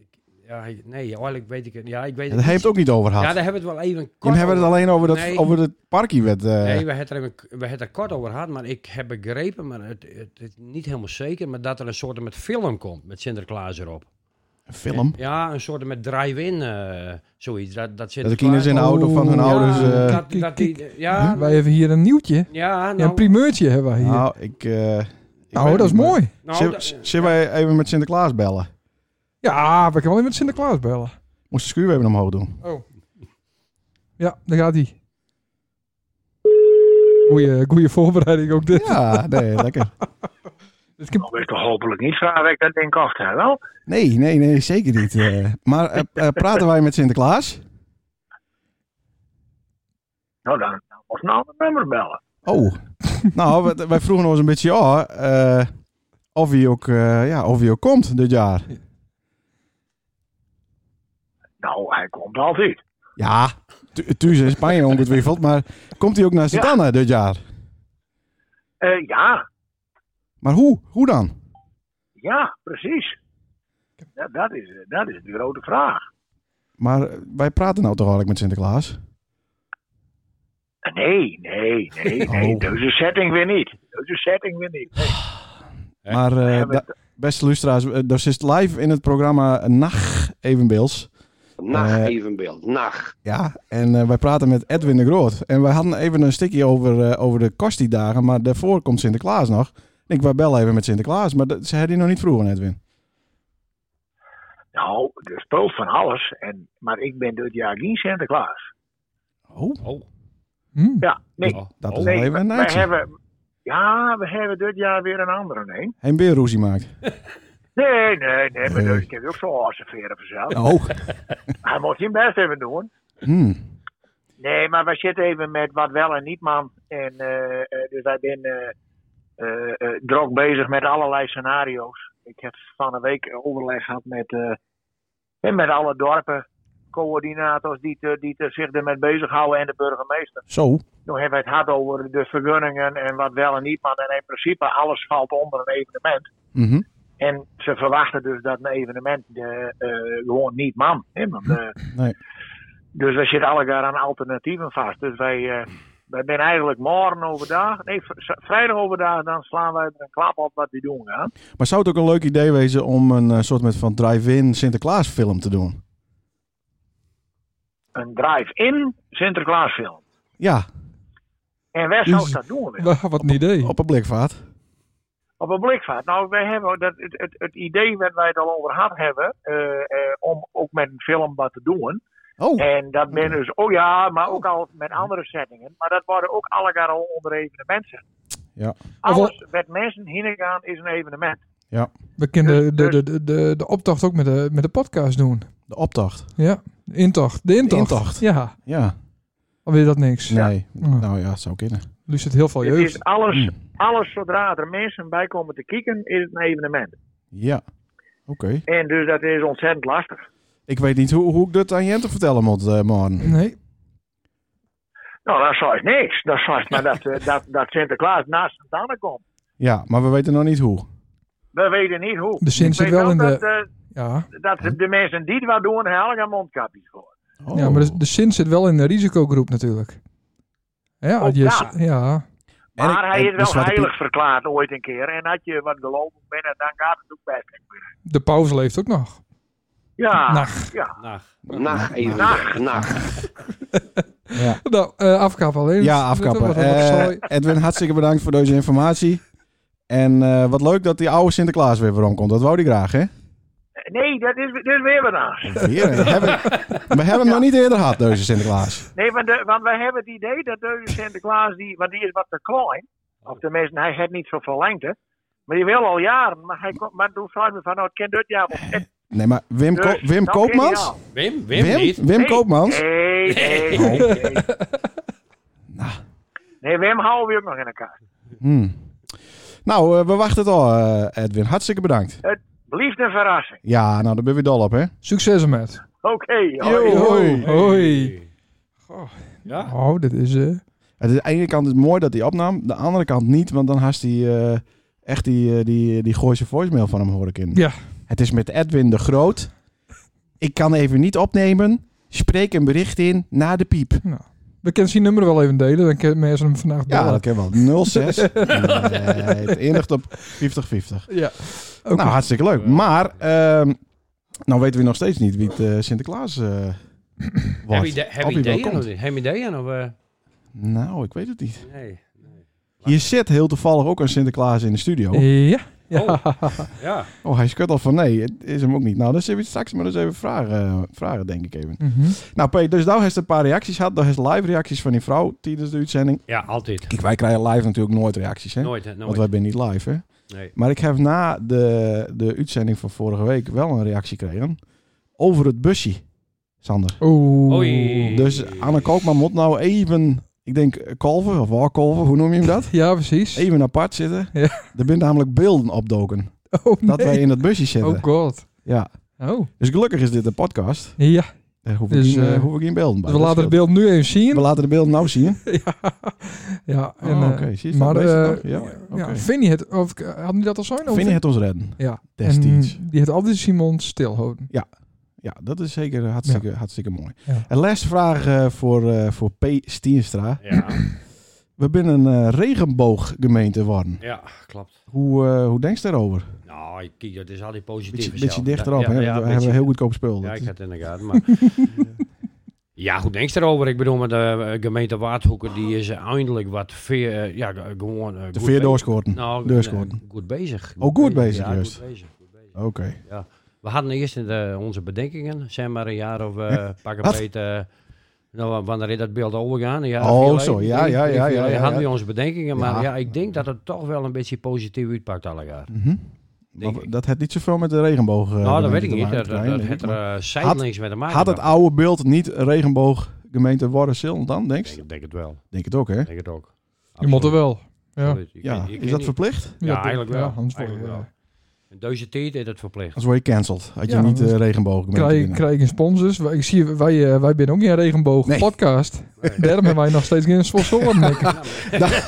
[SPEAKER 3] ik- ja ik- nee, eigenlijk weet ik het. Ja, ik weet
[SPEAKER 1] Daar
[SPEAKER 3] het
[SPEAKER 1] heeft
[SPEAKER 3] niet.
[SPEAKER 1] ook niet over gehad.
[SPEAKER 3] Ja, daar hebben we het wel even
[SPEAKER 1] Dan
[SPEAKER 3] kort
[SPEAKER 1] hebben we het alleen over, dat,
[SPEAKER 3] Nee.
[SPEAKER 1] over het parkiewet. eh
[SPEAKER 3] Nee, we hebben, het er even, we hebben het er kort over gehad, maar ik heb begrepen, maar het, het, is niet helemaal zeker, maar dat er een soort met film komt met Sinterklaas erop.
[SPEAKER 1] een film.
[SPEAKER 3] Ja, een soort met drive-in, eh, zoiets. Dat, dat,
[SPEAKER 1] Dat de kinderen in de auto van hun
[SPEAKER 2] Oh.
[SPEAKER 1] ouders...
[SPEAKER 3] Ja,
[SPEAKER 1] eh,
[SPEAKER 3] dat, dat die, ja,
[SPEAKER 2] Wij hebben hier een nieuwtje.
[SPEAKER 3] ja,
[SPEAKER 2] Ja, een
[SPEAKER 3] nou,
[SPEAKER 2] primeurtje hebben wij hier. Nou,
[SPEAKER 1] nou, ik... eh, ik weet
[SPEAKER 2] dat is
[SPEAKER 1] niet, maar-
[SPEAKER 2] mooi.
[SPEAKER 3] nou,
[SPEAKER 1] Zullen-
[SPEAKER 3] dat-
[SPEAKER 1] Zullen wij even met Sinterklaas bellen?
[SPEAKER 2] Ja, we kunnen wel even met Sinterklaas bellen.
[SPEAKER 1] Moest de schuur even omhoog doen.
[SPEAKER 2] Oh. Ja, daar gaat hij. Goeie, goeie voorbereiding ook dit. Dus
[SPEAKER 1] Ja, nee, lekker.
[SPEAKER 2] Dit kan-
[SPEAKER 7] Dan is toch hopelijk niet vraag ik dat denk af, hè wel?
[SPEAKER 1] Nee, nee, nee, zeker niet. eh. maar eh, eh, praten wij met Sinterklaas?
[SPEAKER 7] Nou, dan of een ander nummer bellen.
[SPEAKER 1] Oh, nou, wij, wij vroegen ons een beetje oh, eh, of, hij ook, eh, ja, of hij ook komt dit jaar.
[SPEAKER 7] Nou, hij komt altijd.
[SPEAKER 1] Ja, tu- thuis in Spanje ongetwijfeld, maar komt hij ook naar Sint-Anne dit jaar?
[SPEAKER 7] Eh, ja,
[SPEAKER 1] Maar hoe? Hoe dan?
[SPEAKER 7] ja, precies. Dat, dat, is, dat is de grote vraag.
[SPEAKER 1] Maar eh, wij praten nou toch eigenlijk met Sinterklaas?
[SPEAKER 7] Nee, nee, nee, nee.
[SPEAKER 1] Oh.
[SPEAKER 7] Deze setting weer niet. Deze setting weer niet. Nee.
[SPEAKER 3] Hè?
[SPEAKER 1] Maar eh,
[SPEAKER 7] Ja, maar-
[SPEAKER 1] da- beste luisteraars, eh, dat is live in het programma Nacht Evenbeels.
[SPEAKER 6] Nacht
[SPEAKER 1] Eh.
[SPEAKER 6] evenbeeld. Nacht.
[SPEAKER 1] Ja, en eh, wij praten met Edwin de Groot. En wij hadden even een stukje over, eh, over de Kosti-dagen, maar daarvoor komt Sinterklaas nog. Ik denk, wij bellen even met Sinterklaas, maar dat, ze hadden die nog niet vroegen, Edwin.
[SPEAKER 7] Nou, er speelt van alles. En, maar ik ben dit jaar geen Sinterklaas.
[SPEAKER 1] Oh,
[SPEAKER 3] Oh,
[SPEAKER 2] Hm.
[SPEAKER 7] Ja, nee.
[SPEAKER 3] oh,
[SPEAKER 1] dat
[SPEAKER 3] oh.
[SPEAKER 1] is
[SPEAKER 7] nee,
[SPEAKER 1] wel even een
[SPEAKER 7] wij
[SPEAKER 1] naadje.
[SPEAKER 7] hebben, ja, we hebben dit jaar weer een andere heen.
[SPEAKER 1] Heen weer ruzie maakt.
[SPEAKER 7] Nee, nee, nee. Maar
[SPEAKER 1] Nee.
[SPEAKER 7] dus, ik heb ook zo'n asserveren vanzelf.
[SPEAKER 1] Oh.
[SPEAKER 7] Hij moet zijn best even doen.
[SPEAKER 1] Hmm.
[SPEAKER 7] Nee, maar wij zitten even met wat wel en niet, man. En, eh, eh, dus wij zijn eh eh, eh, druk bezig met allerlei scenario's. Ik heb van een week overleg gehad met, eh, en met alle dorpen, coördinators die, te, die te zich ermee bezighouden en de burgemeester.
[SPEAKER 1] Zo.
[SPEAKER 7] Nu hebben we het hard over de vergunningen en wat wel en niet, man. En in principe alles valt onder een evenement.
[SPEAKER 1] Mhm.
[SPEAKER 7] En ze verwachten dus dat een evenement de, eh, gewoon niet man. Hè, want, eh,
[SPEAKER 1] Nee.
[SPEAKER 7] dus wij zitten elkaar aan alternatieven vast. Dus wij, eh, wij zijn eigenlijk morgen overdag, nee, v- z- vrijdag overdag, dan slaan wij er een klap op wat we doen gaan.
[SPEAKER 1] Maar zou het ook een leuk idee wezen om een eh, soort met van drive-in Sinterklaas film te doen?
[SPEAKER 7] Een drive-in Sinterklaasfilm.
[SPEAKER 1] Ja,
[SPEAKER 7] En wij zouden
[SPEAKER 2] Is-
[SPEAKER 7] dat doen. willen.
[SPEAKER 2] Wa- Wat een idee.
[SPEAKER 1] op een blikvaart.
[SPEAKER 7] Op een blikvaart. Nou, wij hebben dat, het, het, het idee waar wij het al over gehad hebben, eh, eh, om ook met een film wat te doen.
[SPEAKER 1] Oh,
[SPEAKER 7] En dat ben dus, oh ja, maar ook al met andere settingen. Maar dat worden ook elkaar al onder evenementen.
[SPEAKER 1] Ja.
[SPEAKER 7] Alles wat mensen heen gaan is een evenement.
[SPEAKER 2] Oh, We kunnen de, de, de, de, de optocht ook met de, met de podcast doen.
[SPEAKER 1] de optocht.
[SPEAKER 2] Ja, de intocht. De intocht.
[SPEAKER 1] intocht.
[SPEAKER 2] Ja,
[SPEAKER 1] Ja,
[SPEAKER 2] al weet dat niks. Ja.
[SPEAKER 1] nee.
[SPEAKER 2] Ja.
[SPEAKER 1] Nou ja, het zou kunnen.
[SPEAKER 2] Luus het heel veel
[SPEAKER 7] Het is
[SPEAKER 2] jeugd.
[SPEAKER 7] alles,
[SPEAKER 1] Hm.
[SPEAKER 2] Mm.
[SPEAKER 7] alles zodra er mensen bij komen te kijken, is het een evenement.
[SPEAKER 1] Ja, oké.
[SPEAKER 7] En dus dat is ontzettend lastig.
[SPEAKER 1] Ik weet niet hoe, hoe ik dat aan Jente vertellen moet, eh morgen.
[SPEAKER 2] Nee,
[SPEAKER 7] Nou, dat is niks. Dat is maar dat, eh, dat, dat Sinterklaas naast de tanden komt.
[SPEAKER 1] Ja, maar we weten nog niet hoe.
[SPEAKER 7] We weten niet hoe.
[SPEAKER 2] De Sint
[SPEAKER 7] Ik
[SPEAKER 2] zit
[SPEAKER 7] weet
[SPEAKER 2] wel in
[SPEAKER 7] dat,
[SPEAKER 2] de-
[SPEAKER 7] eh,
[SPEAKER 2] ja.
[SPEAKER 7] dat de mensen die het wat doen, hebben een mondkapjes voor.
[SPEAKER 1] Oh.
[SPEAKER 2] ja maar de, de Sint zit wel in de risicogroep natuurlijk. Ja,
[SPEAKER 1] Oh,
[SPEAKER 7] Ook
[SPEAKER 2] je-
[SPEAKER 7] daar.
[SPEAKER 2] ja.
[SPEAKER 1] En
[SPEAKER 7] Maar
[SPEAKER 1] ik-
[SPEAKER 7] hij
[SPEAKER 1] en dus
[SPEAKER 7] is
[SPEAKER 1] de
[SPEAKER 7] wel
[SPEAKER 1] Zwarte Piet-
[SPEAKER 7] heilig verklaard ooit een keer. En had je wat geloven binnen, dan gaat het ook best.
[SPEAKER 2] de paus leeft ook nog.
[SPEAKER 1] Ah.
[SPEAKER 2] Nou,
[SPEAKER 7] Ja,
[SPEAKER 1] Nou.
[SPEAKER 2] Nacht.
[SPEAKER 7] ja.
[SPEAKER 3] nacht.
[SPEAKER 6] Nacht evenbeeld. Nacht.
[SPEAKER 1] Ja,
[SPEAKER 2] Nou, eh afkappen alleen.
[SPEAKER 1] ja
[SPEAKER 2] Dat- dat
[SPEAKER 1] afkappen.
[SPEAKER 2] wordt wel
[SPEAKER 1] Eh,
[SPEAKER 2] saai.
[SPEAKER 1] Edwin, hartstikke bedankt voor deze informatie. En eh, wat leuk dat die oude Sinterklaas weer weer omkomt. Dat wou die graag, hè?
[SPEAKER 7] Nee, dat is, dat is weer wat anders.
[SPEAKER 1] Weer, hè? hebben,
[SPEAKER 2] <laughs>
[SPEAKER 1] we hebben hem nog niet eerder gehad, deze Sinterklaas.
[SPEAKER 7] Nee, want, de, want wij hebben het idee dat deze Sinterklaas, die, want die is wat te klein. Of tenminste, hij heeft niet zoveel lengte. Maar die wil al jaren. Maar, hij, komt- maar toen vraag ik me van, nou, het kan dit jaar wel fit.
[SPEAKER 1] Nee, maar Wim,
[SPEAKER 7] Dus,
[SPEAKER 1] Ko- Wim
[SPEAKER 7] dat is
[SPEAKER 1] Koopmans?
[SPEAKER 7] ideaal.
[SPEAKER 3] Wim, Wim, niet.
[SPEAKER 1] Wim
[SPEAKER 7] Nee,
[SPEAKER 1] Koopmans?
[SPEAKER 7] Nee,
[SPEAKER 8] <laughs>
[SPEAKER 7] nee, nee. nee. Nee, Wim houden we ook nog in elkaar.
[SPEAKER 1] Nou, Hmm. Nou, eh, we wachten het al, eh, Edwin. Hartstikke bedankt.
[SPEAKER 7] Het blieft een verrassing.
[SPEAKER 1] Ja, nou, daar ben je dol op, hè?
[SPEAKER 2] Succes ermee.
[SPEAKER 7] Oké, hoi.
[SPEAKER 1] Yo, hoi.
[SPEAKER 2] Hoi.
[SPEAKER 3] Ja,
[SPEAKER 2] Oh, dit is... eh,
[SPEAKER 1] Het is, aan de ene kant is het mooi dat hij opnam. De andere kant niet, want dan had hij eh, echt die, eh, die, die Gooise voicemail van hem horen in.
[SPEAKER 2] Ja.
[SPEAKER 1] Het is met Edwin de Groot. Ik kan even niet opnemen. Spreek een bericht in na de piep.
[SPEAKER 2] We kunnen zijn nummer wel even delen. Dan kunnen mensen hem vandaag
[SPEAKER 1] Ja,
[SPEAKER 2] bellen.
[SPEAKER 1] dat ken ik wel. 06. nee, het eindigt op 50-50.
[SPEAKER 2] Ja. Oké.
[SPEAKER 1] Nou, hartstikke leuk. Maar, ehm, nou weten we nog steeds niet wie het eh, Sinterklaas eh
[SPEAKER 3] heb
[SPEAKER 1] wordt.
[SPEAKER 3] je, de, heb
[SPEAKER 1] Of
[SPEAKER 3] je
[SPEAKER 1] hij wel
[SPEAKER 3] ideeën
[SPEAKER 1] komt.
[SPEAKER 3] of niet? Heb je ideeën of... eh,
[SPEAKER 1] Nou, ik weet het niet.
[SPEAKER 3] nee.
[SPEAKER 1] Je zit heel toevallig ook een Sinterklaas in de studio.
[SPEAKER 2] Ja.
[SPEAKER 3] Oh.
[SPEAKER 2] Ja.
[SPEAKER 3] Ja,
[SPEAKER 1] Oh, hij schudt al van nee, het is hem ook niet. Nou, dat zullen we straks maar eens even vragen, eh, vragen denk ik even.
[SPEAKER 2] Mhm.
[SPEAKER 1] Nou, P, dus nou heeft een paar reacties gehad. Dat is live reacties van die vrouw tijdens de uitzending.
[SPEAKER 3] ja altijd.
[SPEAKER 1] Kijk, wij krijgen live natuurlijk nooit reacties, hè?
[SPEAKER 3] Nooit, hè,
[SPEAKER 1] Want
[SPEAKER 3] nooit.
[SPEAKER 1] wij zijn niet live, hè?
[SPEAKER 3] Nee.
[SPEAKER 1] Maar ik heb na de, de uitzending van vorige week wel een reactie gekregen over het busje, Sander.
[SPEAKER 2] Oeh.
[SPEAKER 3] Oei.
[SPEAKER 1] Dus Anne Koopman moet nou even, ik denk Kolven of Walkolven, hoe noem je hem dat?
[SPEAKER 2] Ja, precies.
[SPEAKER 1] Even apart zitten.
[SPEAKER 2] Ja.
[SPEAKER 1] Er zijn namelijk beelden opdoken
[SPEAKER 2] Oh,
[SPEAKER 1] dat
[SPEAKER 2] nee.
[SPEAKER 1] wij in dat busje zitten.
[SPEAKER 2] Oh god.
[SPEAKER 1] Ja.
[SPEAKER 2] Oh.
[SPEAKER 1] Dus gelukkig is dit een podcast.
[SPEAKER 2] Ja.
[SPEAKER 1] Daar hoef ik
[SPEAKER 2] Dus,
[SPEAKER 1] geen, eh,
[SPEAKER 2] eh,
[SPEAKER 1] hoef ik geen beelden bij.
[SPEAKER 2] we
[SPEAKER 1] Dat
[SPEAKER 2] laten het
[SPEAKER 1] scheelt.
[SPEAKER 2] beeld nu even
[SPEAKER 1] We
[SPEAKER 2] <laughs> zien.
[SPEAKER 1] laten de beelden nou zien.
[SPEAKER 2] Ja. En,
[SPEAKER 1] Oh,
[SPEAKER 2] eh,
[SPEAKER 1] oké, zie je,
[SPEAKER 2] maar
[SPEAKER 1] dat
[SPEAKER 2] eh,
[SPEAKER 1] weet je nog? Ja, oké.
[SPEAKER 2] Vinnie het, of eh, had hij dat al zijn?
[SPEAKER 1] Vinnie het ons redden.
[SPEAKER 2] Ja. En
[SPEAKER 1] Destijds.
[SPEAKER 2] die had altijd Simon stilhouden.
[SPEAKER 1] Ja. Ja, dat is zeker hartstikke, hartstikke mooi.
[SPEAKER 2] Ja.
[SPEAKER 1] En laatste vraag eh, voor, eh, voor P. Stienstra.
[SPEAKER 3] Ja,
[SPEAKER 1] We zijn een eh, regenbooggemeente geworden.
[SPEAKER 3] ja klopt.
[SPEAKER 1] Hoe, eh, hoe denk je daarover?
[SPEAKER 3] Nou, kijk, dat is altijd positief.
[SPEAKER 1] Beetje,
[SPEAKER 3] zelf.
[SPEAKER 1] beetje dichterop,
[SPEAKER 3] Ja,
[SPEAKER 1] hè?
[SPEAKER 3] ja,
[SPEAKER 1] we
[SPEAKER 3] beetje-
[SPEAKER 1] hebben heel goedkoop spul.
[SPEAKER 3] Ja,
[SPEAKER 1] Dat
[SPEAKER 3] ik
[SPEAKER 1] is-
[SPEAKER 3] had het in de gaten, maar... <laughs> Ja, goed, denk je erover? Ik bedoel, met de eh, gemeente Waardhoeken, die is eindelijk wat veer, eh, ja, ge- gewoon... eh,
[SPEAKER 1] De
[SPEAKER 3] goed
[SPEAKER 1] veer
[SPEAKER 3] be-
[SPEAKER 1] doorschoten.
[SPEAKER 3] Nou,
[SPEAKER 1] Doorschoten.
[SPEAKER 3] eh, goed bezig.
[SPEAKER 1] Oh, goed bezig,
[SPEAKER 3] ja,
[SPEAKER 1] juist.
[SPEAKER 3] Goed bezig, goed bezig.
[SPEAKER 1] Oké.
[SPEAKER 3] We hadden eerst in de- onze bedenkingen, zeg maar een jaar of eh, pak een
[SPEAKER 1] Wat?
[SPEAKER 3] beetje... nou, wanneer is dat beeld overgaan? Ja,
[SPEAKER 1] Oh, zo, ja, ja, ja, ja, ja,
[SPEAKER 3] hadden we
[SPEAKER 1] ja.
[SPEAKER 3] onze bedenkingen, maar
[SPEAKER 1] Ja.
[SPEAKER 3] ja. ik denk dat het toch wel een beetje positief uitpakt alle jaar.
[SPEAKER 1] Mhm.
[SPEAKER 3] Denk
[SPEAKER 1] Maar
[SPEAKER 3] ik.
[SPEAKER 1] Dat had niet zoveel met de regenboog. eh,
[SPEAKER 3] nou, dat
[SPEAKER 1] gemeente
[SPEAKER 3] weet ik
[SPEAKER 1] te
[SPEAKER 3] niet.
[SPEAKER 1] maken
[SPEAKER 3] Dat,
[SPEAKER 1] te
[SPEAKER 3] dat,
[SPEAKER 1] krijgen,
[SPEAKER 3] dat
[SPEAKER 1] denk
[SPEAKER 3] heeft
[SPEAKER 1] ik,
[SPEAKER 3] er
[SPEAKER 1] maar-
[SPEAKER 3] eh, zijdelings mee te maken.
[SPEAKER 1] Had het
[SPEAKER 3] maar
[SPEAKER 1] oude beeld niet regenbooggemeente worden zullen dan, denk
[SPEAKER 3] Ik
[SPEAKER 1] je?
[SPEAKER 3] denk, denk het wel.
[SPEAKER 1] Denk het ook, hè?
[SPEAKER 3] Ik denk het ook.
[SPEAKER 2] Je moet er wel. Ja.
[SPEAKER 3] Absoluut. Je
[SPEAKER 1] Ja,
[SPEAKER 3] kan- je kan
[SPEAKER 1] is dat
[SPEAKER 3] niet-
[SPEAKER 1] verplicht?
[SPEAKER 3] Ja, eigenlijk wel.
[SPEAKER 2] Ja, anders word je-
[SPEAKER 3] Eigenlijk wel. In deze tijd is dat verplicht.
[SPEAKER 1] Anders word je cancelled. Had je
[SPEAKER 2] Ja,
[SPEAKER 1] niet
[SPEAKER 2] dat-
[SPEAKER 1] eh regenbooggemeente
[SPEAKER 2] Krijg,
[SPEAKER 1] binnen.
[SPEAKER 2] krijg ik een sponsors? Wij- Ik zie, wij, eh, wij zijn ook niet een regenboog
[SPEAKER 1] Nee.
[SPEAKER 2] podcast. Daarom hebben wij nog steeds geen sponsoren. denk ik.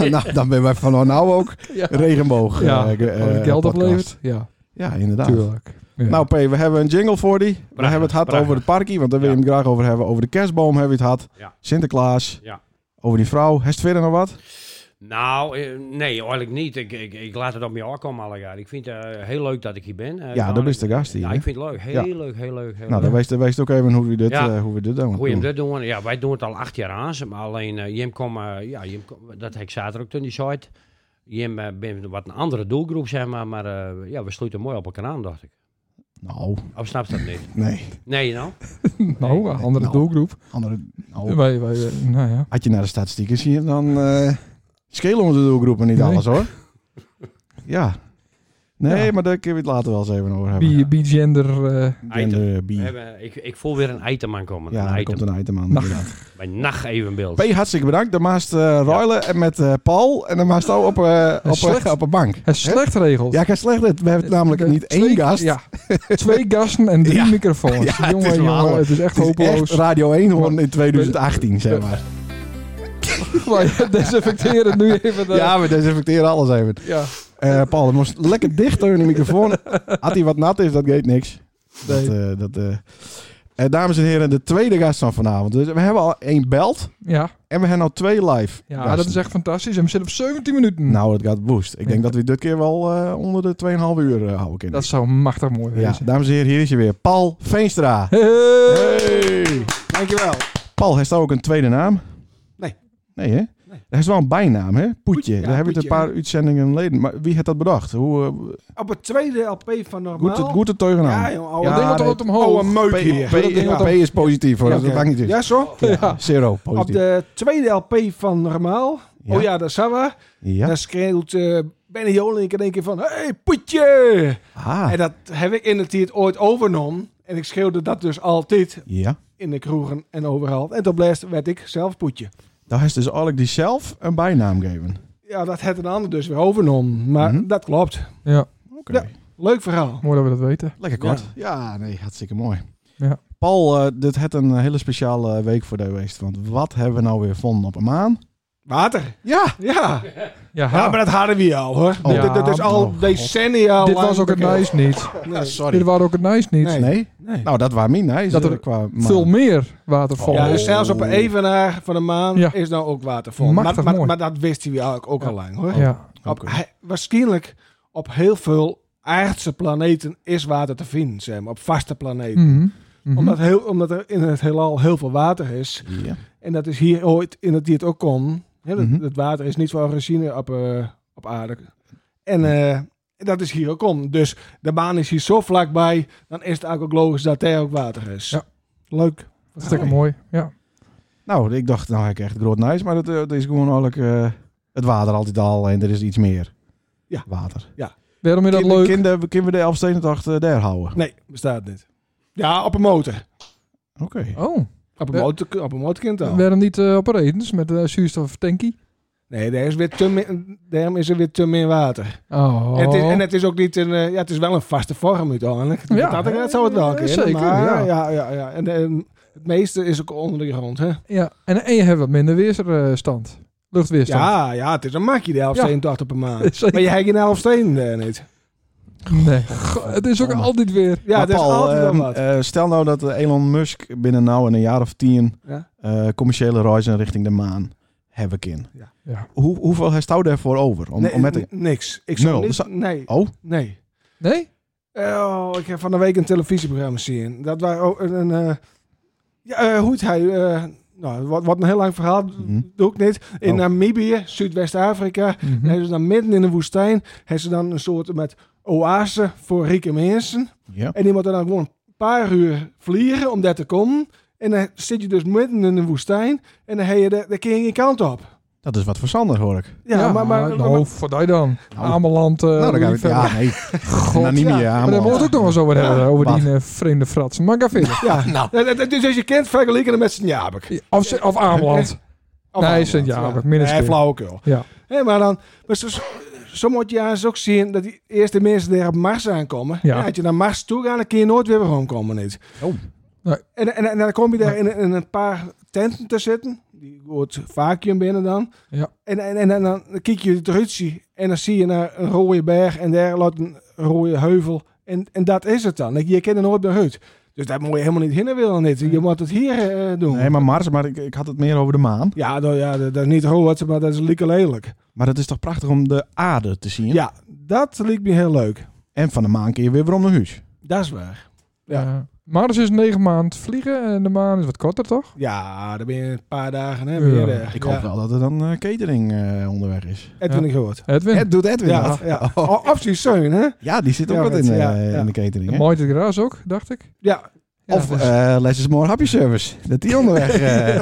[SPEAKER 1] Dan- <laughs> nou, dan ben wij van nou <laughs> ook
[SPEAKER 2] Ja.
[SPEAKER 1] regenboog
[SPEAKER 2] Ja,
[SPEAKER 1] eh, ge-
[SPEAKER 2] Als het
[SPEAKER 1] eh,
[SPEAKER 2] geld
[SPEAKER 1] podcast.
[SPEAKER 2] oplevert. Ja,
[SPEAKER 1] Ja, inderdaad.
[SPEAKER 2] tuurlijk. Ja.
[SPEAKER 1] Nou P, we hebben een jingle voor die. we hebben het gehad
[SPEAKER 3] prachtig.
[SPEAKER 1] over het parkie, want daar wil je
[SPEAKER 3] Ja.
[SPEAKER 1] hem graag over hebben. Over de kerstboom hebben we het gehad.
[SPEAKER 3] Ja.
[SPEAKER 1] Sinterklaas.
[SPEAKER 3] Ja.
[SPEAKER 1] Over die vrouw. Heeft het verder nog wat?
[SPEAKER 3] Nou, eh, nee, eigenlijk niet. Ik, ik, ik laat het op me aankomen alle jaar. Ik vind het eh, heel leuk dat ik hier ben. Eh,
[SPEAKER 1] ja,
[SPEAKER 3] gewoon,
[SPEAKER 1] dat is de gast hier.
[SPEAKER 3] Ja,
[SPEAKER 1] hè?
[SPEAKER 3] ik vind het leuk. Heel leuk, heel leuk. Heel
[SPEAKER 1] nou,
[SPEAKER 3] leuk.
[SPEAKER 1] dan wijst, dan wijst ook even hoe we dit,
[SPEAKER 3] Ja.
[SPEAKER 1] eh, hoe we dit doen.
[SPEAKER 3] Hoe je hem dat doen? Ja, wij doen het al acht jaar aan. Maar alleen, eh, Jim kom, eh, ja, Jim kom, dat heb ik zaterdag ook toen die site. Jim eh ben wat een andere doelgroep, zeg maar. Maar eh, ja, we sluiten mooi op elkaar aan, dacht ik.
[SPEAKER 1] Nou,
[SPEAKER 3] Of snap je Oh, dat niet?
[SPEAKER 1] nee.
[SPEAKER 3] Nee, nou?
[SPEAKER 2] <laughs> nou, een andere
[SPEAKER 1] Nou.
[SPEAKER 2] doelgroep.
[SPEAKER 1] Andere, nou,
[SPEAKER 2] Wij, wij, eh, nou ja.
[SPEAKER 1] Had je naar de statistieken zien, dan eh, schelen onze doelgroepen niet
[SPEAKER 2] Nee.
[SPEAKER 1] alles
[SPEAKER 2] <laughs>
[SPEAKER 1] hoor. Ja. Nee,
[SPEAKER 2] Ja.
[SPEAKER 1] maar daar kunnen we het later wel eens even over hebben.
[SPEAKER 2] Bi- Bi-gender. eh,
[SPEAKER 1] Gender, bi.
[SPEAKER 3] We hebben, ik, ik voel weer een item aankomen.
[SPEAKER 1] Ja,
[SPEAKER 3] een
[SPEAKER 1] daar
[SPEAKER 3] item.
[SPEAKER 1] komt een item aan.
[SPEAKER 2] Nacht.
[SPEAKER 1] inderdaad.
[SPEAKER 3] Bij nacht evenbeeld.
[SPEAKER 1] P, hartstikke bedankt. Dan maast eh Roylen en met eh, Paul. En dan maast ook op, eh, op,
[SPEAKER 2] slecht.
[SPEAKER 1] eh, op een bank.
[SPEAKER 2] het is slecht regelt.
[SPEAKER 1] Ja, ik heb slecht het. We hebben het namelijk
[SPEAKER 2] De
[SPEAKER 1] niet één
[SPEAKER 2] twee-
[SPEAKER 1] gast.
[SPEAKER 2] Ja, twee gasten en drie
[SPEAKER 1] <laughs> Ja.
[SPEAKER 2] microfoons.
[SPEAKER 1] Ja, het
[SPEAKER 2] jongen,
[SPEAKER 1] is
[SPEAKER 2] jongen,
[SPEAKER 1] waanzinnig.
[SPEAKER 2] het is echt
[SPEAKER 1] Het is echt
[SPEAKER 2] hopeloos. <laughs>
[SPEAKER 1] Radio 1 hoorn in 2018, zeg maar.
[SPEAKER 2] Wij desinfecteren nu even. De,
[SPEAKER 1] Ja, we desinfecteren alles even.
[SPEAKER 2] ja.
[SPEAKER 1] Eh, Paul, het moest lekker dichter in de microfoon. Had hij wat nat is, dat geeft niks. Dat, eh, dat, eh. Eh, dames en heren, de tweede gast van vanavond. Dus we hebben al één belt
[SPEAKER 2] ja.
[SPEAKER 1] en we hebben al twee live
[SPEAKER 2] Ja,
[SPEAKER 1] gasten.
[SPEAKER 2] dat is echt fantastisch. En we zitten op 17 minuten.
[SPEAKER 1] Nou, het gaat woest. Ik denk dat we dit keer wel eh, onder de 2,5 uur eh, houden kunnen.
[SPEAKER 2] dat zou machtig mooi
[SPEAKER 1] Ja,
[SPEAKER 2] wezen.
[SPEAKER 1] dames en heren, hier is je weer. Paul Veenstra.
[SPEAKER 2] Hey.
[SPEAKER 1] Hey.
[SPEAKER 6] Dankjewel.
[SPEAKER 1] Paul, heeft ook een tweede naam?
[SPEAKER 6] Nee.
[SPEAKER 1] Nee, hè? Hij is wel een bijnaam, hè? Poetje.
[SPEAKER 6] ja,
[SPEAKER 1] Daar hebben we het een
[SPEAKER 6] Poetje,
[SPEAKER 1] paar uitzendingen geleden. Maar wie heeft dat bedacht? Hoe, eh,
[SPEAKER 6] Op het tweede LP van
[SPEAKER 1] goed,
[SPEAKER 6] Normaal.
[SPEAKER 1] het, goed het teugenaam.
[SPEAKER 6] Ja, jongen. oude-
[SPEAKER 2] dat ding wordt
[SPEAKER 1] nee. Oh,
[SPEAKER 2] wat omhoog.
[SPEAKER 6] Oude meuk
[SPEAKER 1] P,
[SPEAKER 6] hier.
[SPEAKER 1] P,
[SPEAKER 2] ding
[SPEAKER 1] P
[SPEAKER 2] wat
[SPEAKER 1] is positief hoor,
[SPEAKER 2] Ja,
[SPEAKER 1] dat
[SPEAKER 2] oké.
[SPEAKER 1] maakt niet uit.
[SPEAKER 6] Ja, zo.
[SPEAKER 2] Ja.
[SPEAKER 1] Zero positief.
[SPEAKER 6] Op de tweede LP van Normaal.
[SPEAKER 1] Ja.
[SPEAKER 6] Oh ja, daar zijn we.
[SPEAKER 1] Ja.
[SPEAKER 6] Dan schreeuwt eh Benny Jolink in één keer van... Hey, poetje!
[SPEAKER 1] Ah,
[SPEAKER 6] En dat heb ik in het hier ooit overnomen. En ik schreeuwde dat dus altijd
[SPEAKER 1] ja.
[SPEAKER 6] in de kroegen en overal. En tot blijft werd ik zelf poetje.
[SPEAKER 1] Nou, hij is dus eigenlijk die zelf een bijnaam geven.
[SPEAKER 6] Ja, dat had een ander dus weer overnomen. Maar
[SPEAKER 1] Mhm.
[SPEAKER 6] dat klopt.
[SPEAKER 2] Ja,
[SPEAKER 1] Oké.
[SPEAKER 6] Ja. Leuk verhaal.
[SPEAKER 2] mooi dat we dat weten.
[SPEAKER 1] Lekker kort. Ja. nee, hartstikke mooi.
[SPEAKER 2] Ja.
[SPEAKER 1] Paul, eh, dit had een hele speciale week voor de geweest. Want wat hebben we nou weer gevonden op een maan?
[SPEAKER 6] Water.
[SPEAKER 1] Ja,
[SPEAKER 6] Ja.
[SPEAKER 2] Ja,
[SPEAKER 6] ja, maar dat hadden we hier al hoor.
[SPEAKER 1] Oh.
[SPEAKER 6] Dit- dit, dit is
[SPEAKER 2] Ah. Ja,
[SPEAKER 6] al
[SPEAKER 1] oh, God.
[SPEAKER 6] decennia
[SPEAKER 2] dit
[SPEAKER 6] lang
[SPEAKER 2] was ook het
[SPEAKER 6] bekend.
[SPEAKER 2] nice niet.
[SPEAKER 6] Nee.
[SPEAKER 1] sorry.
[SPEAKER 2] Dit waren ook het nice niet.
[SPEAKER 1] Nee.
[SPEAKER 6] Nee. Nee.
[SPEAKER 1] Nou, dat waren mijn nice.
[SPEAKER 2] Dat er
[SPEAKER 1] eh, qua maan.
[SPEAKER 2] Veel meer waterval.
[SPEAKER 6] Ja,
[SPEAKER 1] Oh.
[SPEAKER 6] dus zelfs op een evenaar van de maan
[SPEAKER 2] Ja.
[SPEAKER 6] is nou ook watervol.
[SPEAKER 2] Machtig
[SPEAKER 6] Maar, maar,
[SPEAKER 2] mooi.
[SPEAKER 6] maar dat wisten we eigenlijk ook al lang hoor.
[SPEAKER 2] Ja.
[SPEAKER 6] Op,
[SPEAKER 1] Oké.
[SPEAKER 6] hij- waarschijnlijk op heel veel aardse planeten is water te vinden, zeg maar, op vaste planeten.
[SPEAKER 2] Mhm. Mhm.
[SPEAKER 6] Omdat, heel, omdat er in het heelal heel veel water is.
[SPEAKER 1] Ja.
[SPEAKER 6] En dat is hier ooit in het die het ook kon. Hè, dat-
[SPEAKER 1] Mhm.
[SPEAKER 6] Het water is niet van origine op, eh, op aarde. En eh, dat is hier ook om. Dus de baan is hier zo vlakbij. Dan is het eigenlijk ook logisch dat daar ook water is.
[SPEAKER 2] Ja.
[SPEAKER 6] Leuk.
[SPEAKER 2] Hartstikke mooi. Ja.
[SPEAKER 1] Nou, ik dacht, nou, ik echt groot nice. Maar dat, eh, dat is gewoon eigenlijk eh, het water altijd al. En er is iets meer.
[SPEAKER 6] Ja.
[SPEAKER 1] Water.
[SPEAKER 2] Waarom je dat
[SPEAKER 1] Kinder-
[SPEAKER 2] leuk?
[SPEAKER 1] Kinderen, kunnen we de Elfstedentocht eh, daar houden?
[SPEAKER 6] Nee, bestaat niet. Ja, op een motor.
[SPEAKER 1] Oké.
[SPEAKER 2] Oh,
[SPEAKER 6] Op een,
[SPEAKER 2] Eh,
[SPEAKER 6] motor, op een motorkind
[SPEAKER 1] Nou.
[SPEAKER 6] al.
[SPEAKER 2] waarom niet eh, op een Edens met een zuurstoftankie?
[SPEAKER 6] Nee, daar is, weer te min, daarom is er weer te min water.
[SPEAKER 2] Oh.
[SPEAKER 6] En, het is, en het is ook niet een... eh, ja, het is wel een vaste vorm uiteindelijk.
[SPEAKER 2] Ja,
[SPEAKER 6] Ja, dat, dat zou het wel
[SPEAKER 2] eh,
[SPEAKER 6] kunnen.
[SPEAKER 2] zeker,
[SPEAKER 6] maar,
[SPEAKER 2] ja.
[SPEAKER 6] ja. Ja, ja, En, eh, het meeste is ook onder de grond, hè?
[SPEAKER 2] Ja, en, en je hebt wat minder weerstand. Luchtweerstand.
[SPEAKER 6] Ja, ja, het is een makkie, de elf
[SPEAKER 1] <laughs>
[SPEAKER 2] Ja.
[SPEAKER 6] stenen tocht op een maand.
[SPEAKER 2] Zeker.
[SPEAKER 6] Maar je hebt geen elf stenen daar eh, niet.
[SPEAKER 2] <laughs> Nee.
[SPEAKER 6] <laughs>
[SPEAKER 2] Goh, het is ook
[SPEAKER 6] Oh.
[SPEAKER 1] Godverdomme.
[SPEAKER 2] altijd weer.
[SPEAKER 6] Ja,
[SPEAKER 1] Maar
[SPEAKER 6] dat is
[SPEAKER 1] Paul,
[SPEAKER 6] altijd wel
[SPEAKER 1] ehm,
[SPEAKER 6] wat.
[SPEAKER 1] eh, stel nou dat Elon Musk binnen nou in een jaar of tien
[SPEAKER 6] Ja.
[SPEAKER 1] eh, commerciële reizen richting de maan hebben kan.
[SPEAKER 6] Ja.
[SPEAKER 2] Ja.
[SPEAKER 1] Hoe, hoeveel hij daar daarvoor over? Om,
[SPEAKER 6] Nee, eh,
[SPEAKER 1] om met
[SPEAKER 6] n- niks. Ik zou
[SPEAKER 1] Nul.
[SPEAKER 6] niet-
[SPEAKER 1] Dus-
[SPEAKER 6] nee,
[SPEAKER 1] Oh,
[SPEAKER 6] nee.
[SPEAKER 2] Nee?
[SPEAKER 6] Oh, ik heb van de week een televisieprogramma zien. Dat was ook een... een eh, ja, eh, hoe heet hij? eh, nou, wat, wat een heel lang verhaal.
[SPEAKER 1] Mhm.
[SPEAKER 6] Doe ik niet. In
[SPEAKER 1] Oh.
[SPEAKER 6] Namibië, Zuidwest-Afrika.
[SPEAKER 2] Mhm.
[SPEAKER 6] Hebben ze dan midden in de woestijn... Hebben ze dan een soort met oase voor rieke mensen.
[SPEAKER 1] ja.
[SPEAKER 6] En die moeten dan gewoon een paar uur vliegen om daar te komen. En dan zit je dus midden in de woestijn. En dan, heb je de, dan kun je geen kant op.
[SPEAKER 1] Dat is wat verstandig hoor ik.
[SPEAKER 6] Ja, maar... maar, maar-
[SPEAKER 2] nou, voor die dan.
[SPEAKER 1] Nou.
[SPEAKER 2] Ameland. eh
[SPEAKER 1] nou, dan gaan we...
[SPEAKER 2] verder.
[SPEAKER 6] <laughs>
[SPEAKER 1] Ja, nee. nou,
[SPEAKER 2] God.
[SPEAKER 1] Namibia,
[SPEAKER 6] nou, ja.
[SPEAKER 2] Maar daar
[SPEAKER 1] man.
[SPEAKER 2] moeten we het ook nog eens over hebben, over
[SPEAKER 1] Wat?
[SPEAKER 2] die eh, vreemde frats. Maar ga
[SPEAKER 6] <laughs>
[SPEAKER 2] verder. <laughs>
[SPEAKER 6] ja. Ja, dat- dus als je kent, vergelijken het met Sint-Jabek.
[SPEAKER 2] Of, ze- of Ameland.
[SPEAKER 6] Of
[SPEAKER 2] Nee,
[SPEAKER 6] Ameland,
[SPEAKER 2] Sint-Jabek,
[SPEAKER 6] ja.
[SPEAKER 2] minuscuul.
[SPEAKER 6] Nee, flauwekul.
[SPEAKER 2] Ja.
[SPEAKER 6] Hé, maar dan, maar zo, zo moet je eens ook zien dat die eerste mensen daar op Mars aankomen.
[SPEAKER 2] Ja.
[SPEAKER 6] Ja. als je naar Mars toe gaat, dan kun je nooit weer weer komen. Niet.
[SPEAKER 1] Oh.
[SPEAKER 2] Nee.
[SPEAKER 6] En, en, en dan kom je daar in, in een paar tenten te zitten. Die wordt vacuüm binnen dan.
[SPEAKER 2] Ja.
[SPEAKER 6] En, en, en, en dan kijk je eruit zie, en dan zie je naar een rode berg en daar loopt een rode heuvel. En, en dat is het dan. Je kent er nooit meer uit. Dus daar moet je helemaal niet heen willen. Niet. Je moet het hier eh, doen.
[SPEAKER 1] Nee, maar Mars, maar ik, ik had het meer over de maan.
[SPEAKER 6] Ja, nou ja, dat, dat is niet rood, maar dat is lekker lelijk.
[SPEAKER 1] Maar dat is toch prachtig om de aarde te zien?
[SPEAKER 6] Ja, dat leek me heel leuk.
[SPEAKER 1] En van de maan kun je weer weer om naar huis.
[SPEAKER 6] Dat is waar. Ja.
[SPEAKER 2] Ja. Mars is negen maanden vliegen en de maan is wat korter, toch?
[SPEAKER 6] Ja, dan ben je een paar dagen hè,
[SPEAKER 2] Ja,
[SPEAKER 6] weer. eh,
[SPEAKER 1] Ik
[SPEAKER 6] ja.
[SPEAKER 1] hoop wel dat er dan eh, catering eh, onderweg is. Oh.
[SPEAKER 6] Edwin
[SPEAKER 2] Ja.
[SPEAKER 6] ik gehoord.
[SPEAKER 2] Edwin.
[SPEAKER 1] Ed, doet Edwin
[SPEAKER 6] Ja,
[SPEAKER 1] dat? <laughs>
[SPEAKER 6] ja. O- Of die steun, hè?
[SPEAKER 1] Ja, die zit ook
[SPEAKER 6] Ja,
[SPEAKER 1] wat in,
[SPEAKER 6] met-
[SPEAKER 1] eh,
[SPEAKER 6] ja, ja.
[SPEAKER 1] in de catering.
[SPEAKER 2] En
[SPEAKER 1] hè?
[SPEAKER 2] mooi te gras ook, dacht ik.
[SPEAKER 6] Ja,
[SPEAKER 2] Ja,
[SPEAKER 1] of
[SPEAKER 2] dus-
[SPEAKER 1] eh Les is More Happy Service. Dat die onderweg eh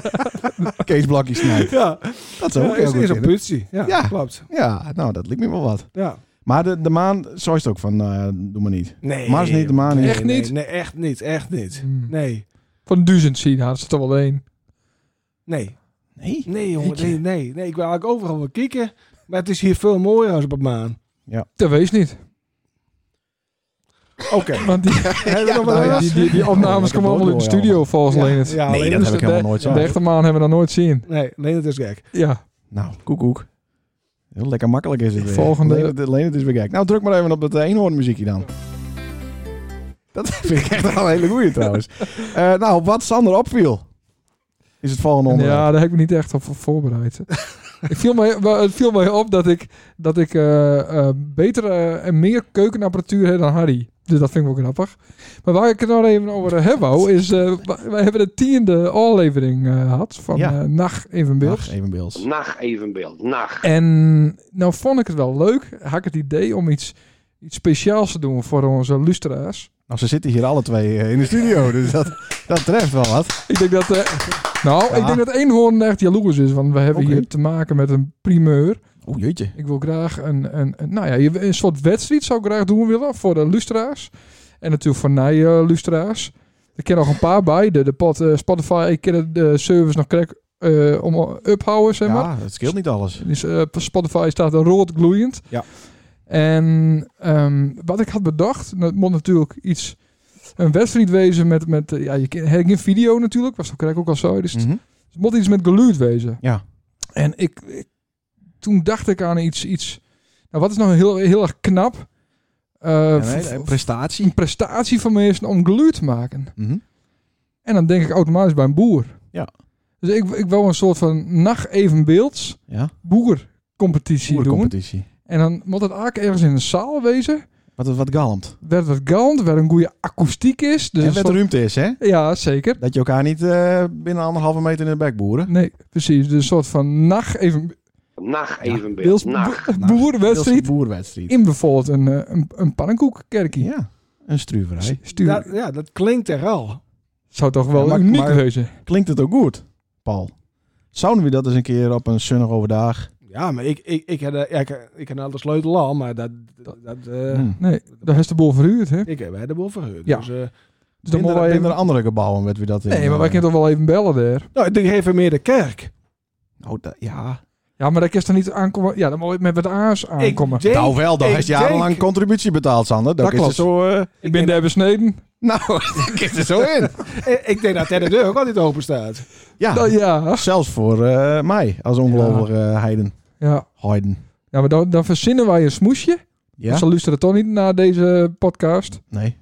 [SPEAKER 2] <laughs>
[SPEAKER 1] keesblokjes snijdt.
[SPEAKER 6] ja.
[SPEAKER 1] Dat zou
[SPEAKER 6] ja
[SPEAKER 1] ook heel
[SPEAKER 6] is,
[SPEAKER 1] goed
[SPEAKER 6] is een
[SPEAKER 1] kunnen.
[SPEAKER 6] politie. Ja,
[SPEAKER 1] Ja.
[SPEAKER 6] klopt.
[SPEAKER 1] Ja, nou, dat lijkt me wel wat.
[SPEAKER 6] Ja.
[SPEAKER 1] Maar de, de maan, zo is het ook van, eh, doe maar niet.
[SPEAKER 6] Nee.
[SPEAKER 1] Mars niet, de maan niet.
[SPEAKER 6] Nee,
[SPEAKER 2] Echt
[SPEAKER 6] nee,
[SPEAKER 2] niet?
[SPEAKER 6] Nee, echt niet, echt niet.
[SPEAKER 2] Hmm.
[SPEAKER 6] Nee,
[SPEAKER 2] Van duizend zien hadden ze toch wel één.
[SPEAKER 6] nee.
[SPEAKER 1] Nee?
[SPEAKER 6] Nee, jongen,
[SPEAKER 1] Jeetje.
[SPEAKER 6] nee, nee. nee. Ik wil eigenlijk overal wel kijken. Maar het is hier veel mooier als op de maan.
[SPEAKER 2] Dat wees niet. <laughs>
[SPEAKER 6] Oké.
[SPEAKER 2] Want die,
[SPEAKER 6] Hebben we nog wat
[SPEAKER 2] nou ja,
[SPEAKER 6] anders?
[SPEAKER 2] die, die, die opnames
[SPEAKER 1] dat
[SPEAKER 2] komen allemaal in de
[SPEAKER 1] door, ja.
[SPEAKER 2] studio volgens
[SPEAKER 6] Ja,
[SPEAKER 2] Leonard.
[SPEAKER 6] ja,
[SPEAKER 1] Nee,
[SPEAKER 6] alleen
[SPEAKER 1] dat
[SPEAKER 6] is
[SPEAKER 1] heb ik
[SPEAKER 6] het-
[SPEAKER 1] helemaal nooit
[SPEAKER 2] De
[SPEAKER 1] zo.
[SPEAKER 6] Ja.
[SPEAKER 2] echte maan hebben we nog nooit zien.
[SPEAKER 6] Nee, alleen het is gek.
[SPEAKER 2] Ja.
[SPEAKER 1] Nou, koekoek. Heel lekker makkelijk is het weer.
[SPEAKER 2] Volgende.
[SPEAKER 1] Alleen het- alleen het is weer gek. Nou, druk maar even op dat eenhoornmuziekje dan. Dat <laughs> vind ik echt wel een hele goeie
[SPEAKER 2] <laughs>
[SPEAKER 1] trouwens. Eh, nou, wat Sander opviel, is het volgende onderwerp.
[SPEAKER 2] Ja, daar heb ik me niet echt op voorbereid. ik viel mij, wel- het viel mij op dat ik, dat ik eh, eh, betere en meer keukenapparatuur heb dan Harry. Dus dat vind ik wel grappig. Maar waar ik het nou even over heb, wou, is... eh, wa- wij hebben de tiende aflevering eh, gehad van
[SPEAKER 1] Ja.
[SPEAKER 2] eh Nacht Even Beeld.
[SPEAKER 1] Ach, even beeld.
[SPEAKER 9] Nacht evenbeeld, nacht.
[SPEAKER 2] En nou vond ik het wel leuk. Had ik het idee om iets, iets speciaals te doen voor onze lustra's.
[SPEAKER 1] Nou, ze zitten hier alle twee eh, in de studio, <laughs> dus dat, dat treft wel wat.
[SPEAKER 2] Ik denk dat... eh, nou,
[SPEAKER 1] Ja.
[SPEAKER 2] ik denk dat Eenhoorn echt jaloers is. Want we hebben
[SPEAKER 1] Oké.
[SPEAKER 2] hier te maken met een primeur.
[SPEAKER 1] Oeh, jeetje.
[SPEAKER 2] Ik wil graag een, een, een- nou ja, je- een soort wedstrijd zou ik graag doen willen voor de lustra's. En natuurlijk voor nij eh, lustra's. Er kennen nog een paar bij. De, de pot, eh, Spotify, ik ken de service nog correct eh, om uphouden, zeg maar.
[SPEAKER 1] Ja, het scheelt niet alles.
[SPEAKER 2] Dus eh, op Spotify staat er rood gloeiend.
[SPEAKER 1] Ja.
[SPEAKER 2] En ehm, wat ik had bedacht, dat moet natuurlijk iets, een wedstrijd wezen met, met eh, ja, je ken- heb ik geen video natuurlijk, was dat correct ook al zo. Dus het
[SPEAKER 1] Mhm.
[SPEAKER 2] het moet iets met geluid wezen.
[SPEAKER 1] Ja.
[SPEAKER 2] En ik, ik- toen dacht ik aan iets, iets. Nou, wat is nou heel, heel erg knap? Eh,
[SPEAKER 1] Ja,
[SPEAKER 2] v-
[SPEAKER 1] nee,
[SPEAKER 2] v-
[SPEAKER 1] een prestatie.
[SPEAKER 2] een prestatie van mensen om geluid te maken.
[SPEAKER 1] Mhm.
[SPEAKER 2] En dan denk ik automatisch bij een boer.
[SPEAKER 1] Ja.
[SPEAKER 2] Dus ik, ik wil een soort van nacht evenbeelds
[SPEAKER 1] Ja,
[SPEAKER 2] boercompetitie doen.
[SPEAKER 1] competitie.
[SPEAKER 2] En dan moet het eigenlijk ergens in een zaal wezen.
[SPEAKER 1] Wat, wat galmt.
[SPEAKER 2] Werd wat galmt, waar een goede akoestiek is. Dus
[SPEAKER 1] en
[SPEAKER 2] een
[SPEAKER 1] wat
[SPEAKER 2] soort-
[SPEAKER 1] ruimte is, hè?
[SPEAKER 2] ja, zeker.
[SPEAKER 1] Dat je elkaar niet eh, binnen anderhalve meter in de bek boeren.
[SPEAKER 2] Nee, precies. Dus een soort van nacht evenbeelds
[SPEAKER 9] Nacht evenbeeld, nacht.
[SPEAKER 1] Nou,
[SPEAKER 2] boerenwedstrijd.
[SPEAKER 1] Deels een boerwedstrijd.
[SPEAKER 2] in bijvoorbeeld een, eh, een, een pannenkoekkerkje.
[SPEAKER 1] Ja, een struverij.
[SPEAKER 2] Stuur.
[SPEAKER 6] Dat, ja, dat klinkt er al.
[SPEAKER 2] zou toch wel
[SPEAKER 1] Ja, maar-
[SPEAKER 2] uniek
[SPEAKER 1] maar-
[SPEAKER 2] wezen.
[SPEAKER 1] Klinkt het ook goed, Paul? Zouden we dat eens een keer op een zonnig overdag?
[SPEAKER 6] Ja, maar ik, ik, ik, heb, de- ja, ik, ik heb nou de sleutel al, maar dat... dat, dat, eh,
[SPEAKER 1] Hm.
[SPEAKER 2] Nee, daar is de boel verhuurd, hè?
[SPEAKER 6] Ik heb bij de boel verhuurd.
[SPEAKER 2] Ja.
[SPEAKER 6] Dus, eh,
[SPEAKER 2] Dus
[SPEAKER 1] in,
[SPEAKER 2] dan moeten
[SPEAKER 1] de,
[SPEAKER 2] wij
[SPEAKER 1] in de
[SPEAKER 2] even...
[SPEAKER 1] andere gebouwen werd we dat in.
[SPEAKER 2] Nee, maar wij
[SPEAKER 1] eh,
[SPEAKER 2] kunnen toch wel even bellen daar.
[SPEAKER 6] nou, ik geef hem meer de kerk.
[SPEAKER 1] Nou, da- ja.
[SPEAKER 2] Ja, maar daar kun je toch niet aankomen. Ja, dan moet je met wat aas aankomen.
[SPEAKER 6] Ik denk,
[SPEAKER 1] nou wel, dan
[SPEAKER 6] ik
[SPEAKER 1] heeft jarenlang
[SPEAKER 6] denk-
[SPEAKER 1] contributie betaald, Sander.
[SPEAKER 2] Dat
[SPEAKER 1] Dat is er
[SPEAKER 2] klopt.
[SPEAKER 1] zo... eh,
[SPEAKER 2] Ik ben daar besneden.
[SPEAKER 1] nou, <laughs> ik is er zo
[SPEAKER 2] <laughs>
[SPEAKER 1] in.
[SPEAKER 6] Eh, ik, ik denk dat hij de deur ook altijd open staat.
[SPEAKER 1] Ja,
[SPEAKER 2] Nou, ja.
[SPEAKER 1] zelfs voor eh, mij als ongelovige eh, heiden.
[SPEAKER 2] ja.
[SPEAKER 1] Heiden.
[SPEAKER 2] Ja, maar dan, dan verzinnen wij een smoesje.
[SPEAKER 1] Ja?
[SPEAKER 2] Ze luisteren toch niet naar deze podcast.
[SPEAKER 1] Nee.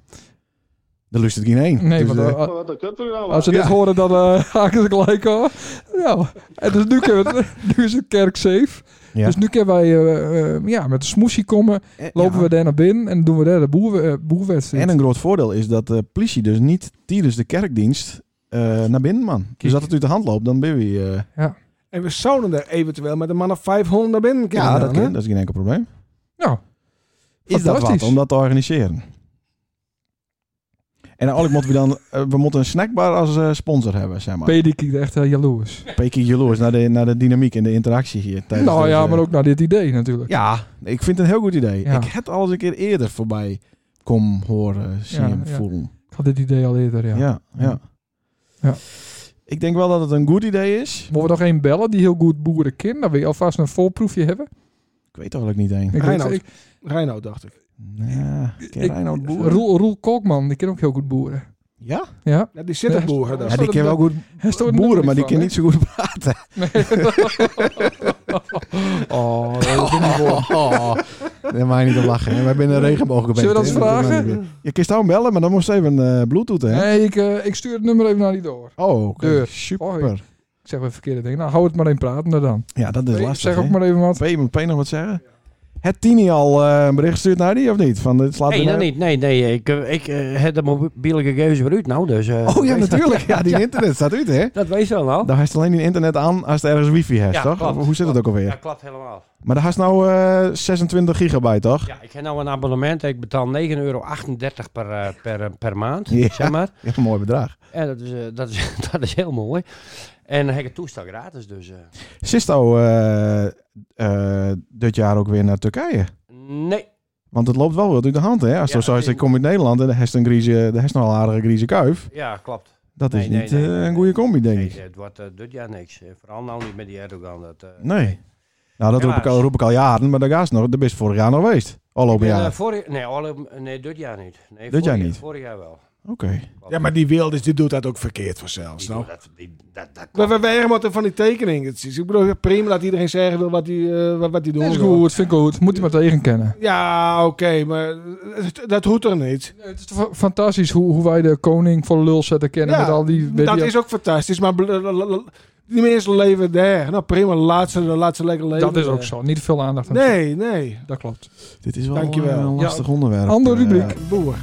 [SPEAKER 1] Er lust het geen één.
[SPEAKER 2] Nee,
[SPEAKER 1] Dus,
[SPEAKER 2] want
[SPEAKER 1] eh,
[SPEAKER 2] eh,
[SPEAKER 9] Wat een kutprogramma.
[SPEAKER 2] als ze dit horen, dan eh, <laughs> haken ze gelijk af. Nou, en dus nu, kunnen we, <laughs> nu is het kerk safe.
[SPEAKER 1] Ja.
[SPEAKER 2] Dus nu kunnen wij eh, eh, ja, met de smoesie komen.
[SPEAKER 1] eh,
[SPEAKER 2] Lopen
[SPEAKER 1] ja.
[SPEAKER 2] we daar naar binnen en doen we daar de boer, eh, boerwedstrijd.
[SPEAKER 1] En een groot voordeel is dat de politie dus niet tijdens de kerkdienst eh, naar binnen man. Dus dat het uit de hand loopt, dan ben je... eh
[SPEAKER 6] En we zouden er eventueel met een man of 500 naar binnen kunnen.
[SPEAKER 1] ja,
[SPEAKER 6] dan,
[SPEAKER 1] dat, kan,
[SPEAKER 6] hè?
[SPEAKER 1] dat is geen enkel probleem.
[SPEAKER 2] Nou,
[SPEAKER 1] Is dat wat,
[SPEAKER 2] fantastisch.
[SPEAKER 1] om dat te organiseren? En eigenlijk moeten we dan... eh, we moeten een snackbar als eh, sponsor hebben, zeg maar.
[SPEAKER 2] Pedi kijkt echt heel jaloers.
[SPEAKER 1] Peking jaloers naar de, naar de dynamiek en de interactie hier. tijdens
[SPEAKER 2] nou ja,
[SPEAKER 1] deze- eh,
[SPEAKER 2] maar ook naar dit idee natuurlijk.
[SPEAKER 1] Ja, ik vind het een heel goed idee.
[SPEAKER 2] Ja.
[SPEAKER 1] Ik heb alles een keer eerder voorbij kom horen, zien,
[SPEAKER 2] Ja, ja.
[SPEAKER 1] voelen.
[SPEAKER 2] Ik had dit idee al eerder, ja.
[SPEAKER 1] Ja. Ja,
[SPEAKER 2] Ja.
[SPEAKER 1] Ik denk wel dat het een goed idee is.
[SPEAKER 2] Moeten we nog één bellen die heel goed boeren kent? Dan wil je alvast een voorproefje hebben.
[SPEAKER 1] Ik weet eigenlijk niet één.
[SPEAKER 2] Ik
[SPEAKER 6] Reinoud.
[SPEAKER 2] weet- ik-
[SPEAKER 6] Reinoud, dacht ik.
[SPEAKER 1] Ja, ken
[SPEAKER 2] ik-
[SPEAKER 1] Reinoud Boer?
[SPEAKER 2] Roel, Roel Kolkman, die kan ook heel goed boeren.
[SPEAKER 1] Ja?
[SPEAKER 2] Ja.
[SPEAKER 6] Ja, die zitten boeren
[SPEAKER 1] ja,
[SPEAKER 6] daar.
[SPEAKER 1] die kan wel goed
[SPEAKER 2] Hij is toch een
[SPEAKER 1] boeren,
[SPEAKER 2] nummer
[SPEAKER 1] maar die
[SPEAKER 2] van,
[SPEAKER 1] kan niet zo goed praten. <laughs>
[SPEAKER 2] hè? Oh, dat is niet voor. <laughs>
[SPEAKER 1] Oh, daar mag je niet om lachen. hè. Wij zijn een regenbooggebied.
[SPEAKER 2] Zullen we dat
[SPEAKER 1] hè.
[SPEAKER 2] vragen?
[SPEAKER 1] doen we niet meer. Je kist nou bellen, maar dan moest even eh, bluetooth, hè?
[SPEAKER 2] Nee, ik, eh, ik stuur het nummer even naar die door.
[SPEAKER 1] Oh, oké.
[SPEAKER 2] Deur. Hoi.
[SPEAKER 1] Super.
[SPEAKER 2] Ik zeg weer verkeerde dingen. Nou, hou het maar in praten daar dan.
[SPEAKER 1] Ja, dat is
[SPEAKER 2] Nee,
[SPEAKER 1] lastig,
[SPEAKER 2] zeg
[SPEAKER 1] hè?
[SPEAKER 2] ook maar even wat.
[SPEAKER 1] P, moet P nog wat zeggen? Het Tini al eh, een bericht stuurt naar die of niet? Van, het slaat
[SPEAKER 3] Nee,
[SPEAKER 1] weer
[SPEAKER 3] dat
[SPEAKER 1] nergens-
[SPEAKER 3] niet. Nee, nee. Ik, eh, ik eh, heb de mobiele gegevens weer uit nou, dus... eh,
[SPEAKER 1] Oh ja,
[SPEAKER 3] dat <laughs> weet-
[SPEAKER 1] natuurlijk. Ja, die internet staat uit, hè?
[SPEAKER 3] Dat weet je wel nou.
[SPEAKER 1] Daar heeft alleen die internet aan als er ergens wifi hebt,
[SPEAKER 3] Ja,
[SPEAKER 1] toch?
[SPEAKER 3] klopt.
[SPEAKER 1] Of hoe zit het ook alweer?
[SPEAKER 3] Dat klopt helemaal.
[SPEAKER 1] Maar daar is nou eh 26 gigabyte, toch?
[SPEAKER 3] Ja, ik heb nou een abonnement. Ik betaal 9,38 euro per, eh, per, eh, per maand,
[SPEAKER 1] Ja.
[SPEAKER 3] zeg maar.
[SPEAKER 1] Ja, een mooi bedrag.
[SPEAKER 3] En dat is, eh, dat, is, <laughs> dat is heel mooi. En dan heb ik het toestel gratis, dus... eh,
[SPEAKER 1] Sisto eh, eh, dit jaar ook weer naar Turkije.
[SPEAKER 3] nee.
[SPEAKER 1] Want het loopt wel wat uit de hand, hè? Als
[SPEAKER 3] Ja,
[SPEAKER 1] het zo is,
[SPEAKER 3] en-
[SPEAKER 1] ik kom uit Nederland en de hersen griezen, de hersen al aardige griezen kuif.
[SPEAKER 3] Ja, klopt.
[SPEAKER 1] Dat is
[SPEAKER 3] Nee, nee,
[SPEAKER 1] niet
[SPEAKER 3] nee,
[SPEAKER 1] eh,
[SPEAKER 3] nee,
[SPEAKER 1] een
[SPEAKER 3] nee.
[SPEAKER 1] goede combi, denk
[SPEAKER 3] Nee,
[SPEAKER 1] ik.
[SPEAKER 3] het wordt eh, dit jaar niks. Eh, Vooral nou niet met die Erdogan. Dat, eh,
[SPEAKER 1] Nee. Nou, dat roep ik, al,
[SPEAKER 3] Helaas.
[SPEAKER 1] roep ik al jaren, maar daar gaat nog. Daar best vorig jaar nog geweest.
[SPEAKER 3] Ik
[SPEAKER 1] Afgelopen
[SPEAKER 3] ben, eh,
[SPEAKER 1] jaar.
[SPEAKER 3] vorig- nee, alle- nee, dit jaar niet. Nee,
[SPEAKER 1] Dit
[SPEAKER 3] vorig-
[SPEAKER 1] jaar niet?
[SPEAKER 3] Vorig jaar wel.
[SPEAKER 1] Oké.
[SPEAKER 3] Klopt.
[SPEAKER 6] Ja, maar die Wilders, die doet dat ook verkeerd vanzelf.
[SPEAKER 3] Die
[SPEAKER 6] Nou.
[SPEAKER 3] doen dat, die- dat, dat
[SPEAKER 6] We,
[SPEAKER 3] klopt.
[SPEAKER 6] we weren moeten van die tekening. Het is, ik bedoel, prima dat iedereen zeggen wil wat die, eh, wat, wat die doen.
[SPEAKER 2] Is
[SPEAKER 6] wil.
[SPEAKER 2] goed, vind ik goed. Moet je maar tegenkennen.
[SPEAKER 6] Ja, oké, maar het- dat hoeft er niet.
[SPEAKER 2] Het is toch fa- fantastisch hoe, hoe wij de koning voor lul zetten kennen
[SPEAKER 6] Ja,
[SPEAKER 2] met al die... weet
[SPEAKER 6] dat
[SPEAKER 2] je-
[SPEAKER 6] is ook fantastisch, maar bl- l- l- l- die mensen leven daar. Nou prima, laat ze, laat ze lekker leven.
[SPEAKER 2] dat is ook
[SPEAKER 6] daar.
[SPEAKER 2] zo. Niet veel aandacht aan
[SPEAKER 6] Eh, Nee, nee.
[SPEAKER 2] Dat klopt.
[SPEAKER 1] Dit is wel
[SPEAKER 6] Dankjewel.
[SPEAKER 1] eh, een lastig onderwerp.
[SPEAKER 2] Andere
[SPEAKER 1] Eh,
[SPEAKER 2] rubriek.
[SPEAKER 6] Boer.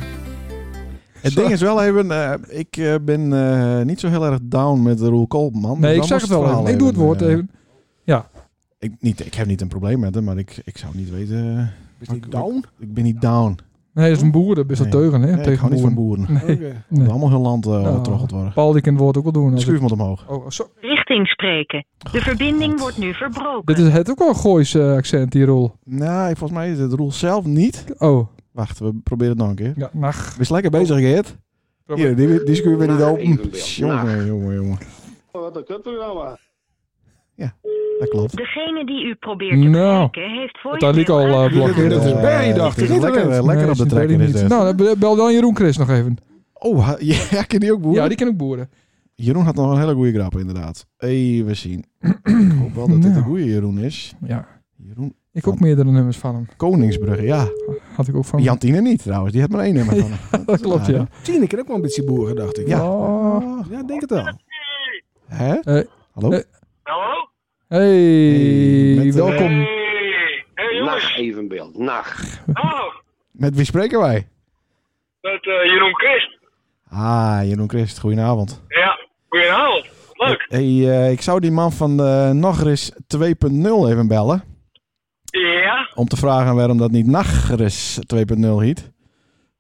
[SPEAKER 1] het ding is wel even, eh, ik eh, ben eh, niet zo heel erg down met Roel Koolman.
[SPEAKER 2] Nee,
[SPEAKER 1] Dus
[SPEAKER 2] ik
[SPEAKER 1] dan
[SPEAKER 2] zeg
[SPEAKER 1] moest
[SPEAKER 2] het wel
[SPEAKER 1] verhaal
[SPEAKER 2] even. Ik doe het woord
[SPEAKER 1] eh,
[SPEAKER 2] even.
[SPEAKER 1] Ik, niet, ik heb niet een probleem met hem, maar ik, ik zou niet weten. eh,
[SPEAKER 6] Is
[SPEAKER 1] wat
[SPEAKER 6] die
[SPEAKER 1] ik-
[SPEAKER 6] down?
[SPEAKER 1] Ik ben niet down.
[SPEAKER 2] Nee, dat is een boer. Dat is dat
[SPEAKER 1] Nee.
[SPEAKER 2] teugen, hè?
[SPEAKER 1] Nee, ik hou niet van boeren.
[SPEAKER 2] boeren. Nee.
[SPEAKER 6] Oké.
[SPEAKER 1] Moet Allemaal heel land eh ondertroggeld worden.
[SPEAKER 2] Paul, die kan het woord ook wel doen. Als ik-
[SPEAKER 1] Schuif moet omhoog.
[SPEAKER 2] Oh, zo.
[SPEAKER 8] Richting spreken. De verbinding wordt nu verbroken.
[SPEAKER 2] Dit is het ook wel een Goois eh, accent, die rol.
[SPEAKER 1] Nou, ik- volgens mij is het Roel zelf niet.
[SPEAKER 2] Oh,
[SPEAKER 1] Wacht, we proberen het nog een keer.
[SPEAKER 2] ja, nou. nacht.
[SPEAKER 1] We zijn lekker bezig, Geert. Hier, die, die schuur weer niet open. Jongen, jongen, jongen.
[SPEAKER 9] Wat een kutprogramma.
[SPEAKER 1] Dat klopt.
[SPEAKER 8] Degene die u probeert te
[SPEAKER 2] Nou,
[SPEAKER 1] Mm.
[SPEAKER 8] bereiken heeft voor
[SPEAKER 2] het had ik al, eh, blokkeerd.
[SPEAKER 6] Dat is
[SPEAKER 1] Eh,
[SPEAKER 6] Barry, dacht
[SPEAKER 1] het
[SPEAKER 6] ik.
[SPEAKER 1] is lekker,
[SPEAKER 6] Internet.
[SPEAKER 1] eh, lekker op de trek
[SPEAKER 2] trekker
[SPEAKER 1] is dit.
[SPEAKER 2] Nou, dan bel dan Jeroen Chris nog even.
[SPEAKER 1] Oh, ha- <laughs> ja, ken die ook boeren?
[SPEAKER 2] Ja, die kan ook boeren.
[SPEAKER 1] Jeroen had nog een hele goede grap, inderdaad. Even zien. ik hoop wel
[SPEAKER 2] <clears throat>
[SPEAKER 1] dat dit een
[SPEAKER 2] Nou.
[SPEAKER 1] goede Jeroen is.
[SPEAKER 2] Ja.
[SPEAKER 1] Jeroen
[SPEAKER 2] Ik ook meerdere nummers van hem.
[SPEAKER 1] Koningsbrugge, ja.
[SPEAKER 2] Had ik ook van hem.
[SPEAKER 1] Jantine niet, trouwens. Die had maar één nummer van hem.
[SPEAKER 2] <laughs> Dat klopt, ja.
[SPEAKER 6] Tine kan ook wel een beetje boeren, dacht ik.
[SPEAKER 1] Ja.
[SPEAKER 2] Oh.
[SPEAKER 6] Ja, denk het wel.
[SPEAKER 1] Hè?
[SPEAKER 2] Eh,
[SPEAKER 1] Hallo?
[SPEAKER 2] eh,
[SPEAKER 7] Hallo?
[SPEAKER 2] Hey,
[SPEAKER 1] Hey, met,
[SPEAKER 2] welkom.
[SPEAKER 7] Hey, hey
[SPEAKER 9] Nacht
[SPEAKER 7] jongens.
[SPEAKER 9] evenbeeld. Nacht.
[SPEAKER 7] Oh,
[SPEAKER 1] Met wie spreken wij?
[SPEAKER 7] met eh, Jeroen Christ.
[SPEAKER 1] Ah, Jeroen Christ, goedenavond.
[SPEAKER 7] Ja, goedenavond. Leuk.
[SPEAKER 1] Hey, eh, ik zou die man van de Nachtris 2.0 even bellen.
[SPEAKER 7] Ja,
[SPEAKER 1] Om te vragen waarom dat niet Nachtris 2.0 heet.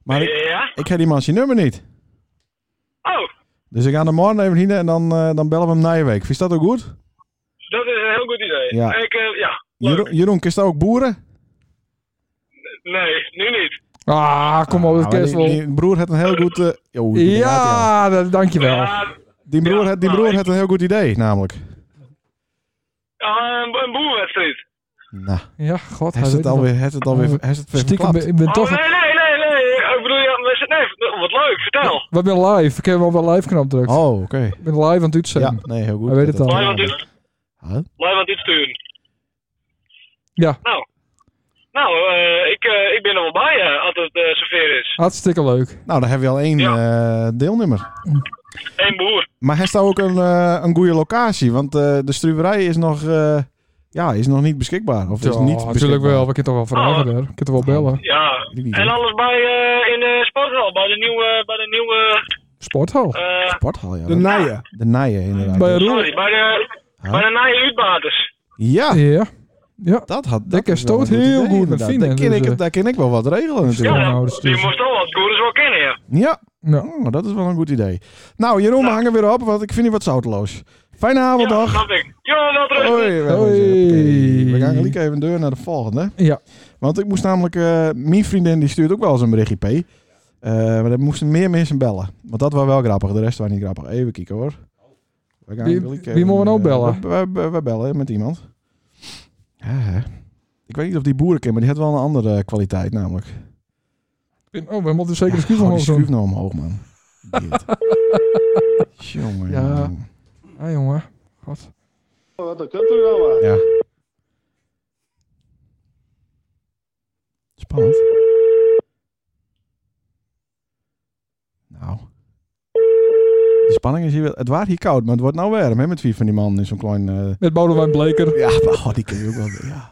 [SPEAKER 1] Maar ik,
[SPEAKER 7] ja.
[SPEAKER 1] ik heb die man zijn nummer niet.
[SPEAKER 7] Oh,
[SPEAKER 1] Dus ik ga hem morgen even hier en dan, eh, dan bellen we hem na je week. Vind je dat ook goed?
[SPEAKER 7] dat is een heel goed idee.
[SPEAKER 1] Ja.
[SPEAKER 7] Ik, eh, ja. leuk.
[SPEAKER 1] Jeroen, Jeroen kist ook boeren?
[SPEAKER 7] Nee, nu niet.
[SPEAKER 2] Ah, kom op, het
[SPEAKER 1] Ah, maar die,
[SPEAKER 2] kerstwol.
[SPEAKER 1] die broer had een heel goed... eh, oh, die raad hij al.
[SPEAKER 2] Ja, dat, dankjewel.
[SPEAKER 7] Ja,
[SPEAKER 1] Die broer,
[SPEAKER 7] Ja,
[SPEAKER 1] had, die
[SPEAKER 7] nou,
[SPEAKER 1] broer
[SPEAKER 7] ik-
[SPEAKER 1] had een heel goed idee, namelijk.
[SPEAKER 7] ah, een, een boerwedstrijd.
[SPEAKER 1] Nou,
[SPEAKER 2] Ja, god.
[SPEAKER 1] hij is het alweer, hij is het alweer, hij is het weer
[SPEAKER 2] Stiekem,
[SPEAKER 1] verklapt.
[SPEAKER 2] ik ben
[SPEAKER 7] Oh,
[SPEAKER 2] toch...
[SPEAKER 7] nee, nee, nee, nee. Ik bedoel, ja, we zijn- nee, wat leuk, vertel.
[SPEAKER 2] We zijn live. Ik heb hem op een live knop drukt.
[SPEAKER 1] Oh, oké.
[SPEAKER 2] Ik ben live aan het
[SPEAKER 1] Ja,
[SPEAKER 2] uitzenden.
[SPEAKER 1] nee, heel goed.
[SPEAKER 2] Hij weet het
[SPEAKER 1] Dat-
[SPEAKER 2] al.
[SPEAKER 7] Blijf aan dit,
[SPEAKER 1] Huh?
[SPEAKER 7] blijf aan dit sturen.
[SPEAKER 2] Ja.
[SPEAKER 7] Nou,
[SPEAKER 10] Nou, eh, ik, eh, ik ben er wel bij eh, als het eh, zover is.
[SPEAKER 2] Hartstikke leuk.
[SPEAKER 1] Nou, dan hebben we al één eh, deelnemer.
[SPEAKER 10] Eén boer.
[SPEAKER 1] Maar heeft daar ook een, eh, een goede locatie? Want eh, de struwerij is nog, eh, ja, is nog niet beschikbaar. Of is
[SPEAKER 2] Ja,
[SPEAKER 1] niet
[SPEAKER 2] natuurlijk
[SPEAKER 1] beschikbaar.
[SPEAKER 2] wel. We kunnen toch wel vragen daar. We kunnen toch wel bellen.
[SPEAKER 10] Ja.
[SPEAKER 1] Ik niet,
[SPEAKER 10] En
[SPEAKER 1] hoor.
[SPEAKER 10] alles bij eh, in de sporthal, bij de nieuwe, bij de nieuwe,
[SPEAKER 2] Sporthal.
[SPEAKER 10] eh,
[SPEAKER 1] Sporthal, ja.
[SPEAKER 6] De naaien.
[SPEAKER 1] De naaien, inderdaad.
[SPEAKER 2] Bij Roel.
[SPEAKER 10] sorry, bij de,
[SPEAKER 1] Huh?
[SPEAKER 10] bij de nieuwe uitbaters.
[SPEAKER 1] Ja,
[SPEAKER 2] Ja. Ja.
[SPEAKER 1] dat had
[SPEAKER 2] Dat
[SPEAKER 1] is wel
[SPEAKER 2] stoot
[SPEAKER 1] een goed
[SPEAKER 2] heel goed met
[SPEAKER 1] inderdaad.
[SPEAKER 2] Finnen,
[SPEAKER 1] Daar ken,
[SPEAKER 2] dus,
[SPEAKER 1] ik, het-
[SPEAKER 2] eh.
[SPEAKER 1] daar ken ik wel wat regelen
[SPEAKER 2] Ja,
[SPEAKER 1] natuurlijk.
[SPEAKER 10] Ja,
[SPEAKER 2] nou, dat is
[SPEAKER 10] die
[SPEAKER 2] dus-
[SPEAKER 10] moest al wat koerders wel kennen, ja.
[SPEAKER 1] Ja,
[SPEAKER 2] Ja.
[SPEAKER 1] Oh, dat is wel een goed idee. Nou, Jeroen, we hangen weer op, want ik vind die wat zouteloos. Fijne avond,
[SPEAKER 10] Ja,
[SPEAKER 1] dag.
[SPEAKER 10] snap ik. Ja, wel terug.
[SPEAKER 1] Hoi. wel
[SPEAKER 2] Hoi.
[SPEAKER 1] eens, hoppakee. We gaan gelijk even deur naar de volgende.
[SPEAKER 2] Ja.
[SPEAKER 1] Want ik moest namelijk... eh, mijn vriendin die stuurt ook wel eens een berichtje, P. Eh, maar dan moesten meer mensen bellen. Want dat was wel grappig. De rest was niet grappig. Even kijken, hoor. We gaan
[SPEAKER 2] Wie-
[SPEAKER 1] gelijk
[SPEAKER 2] wie
[SPEAKER 1] even,
[SPEAKER 2] moeten we nou
[SPEAKER 1] eh,
[SPEAKER 2] bellen?
[SPEAKER 1] We, we- we- we bellen met iemand. Ja, hè. ik weet niet of die boeren kent, maar die had wel een andere kwaliteit namelijk.
[SPEAKER 2] Oh, we moeten zeker
[SPEAKER 1] Ja,
[SPEAKER 2] de schuif
[SPEAKER 1] hou
[SPEAKER 2] omhoog
[SPEAKER 1] die schuif
[SPEAKER 2] doen.
[SPEAKER 1] nou omhoog, man.
[SPEAKER 2] <laughs>
[SPEAKER 1] Dit. Jongen.
[SPEAKER 2] Ja.
[SPEAKER 1] jongen.
[SPEAKER 2] Ah, jongen. God.
[SPEAKER 9] Wat een kutprogramma.
[SPEAKER 1] Ja. Spannend. Nou. De spanning is hier wel... Het was hier koud, maar het wordt nou warm, hè, met vier van die man in zo'n klein... eh,
[SPEAKER 2] Met Boudewijn Bleker.
[SPEAKER 1] Ja, maar oh, die ken je ook wel. Ja.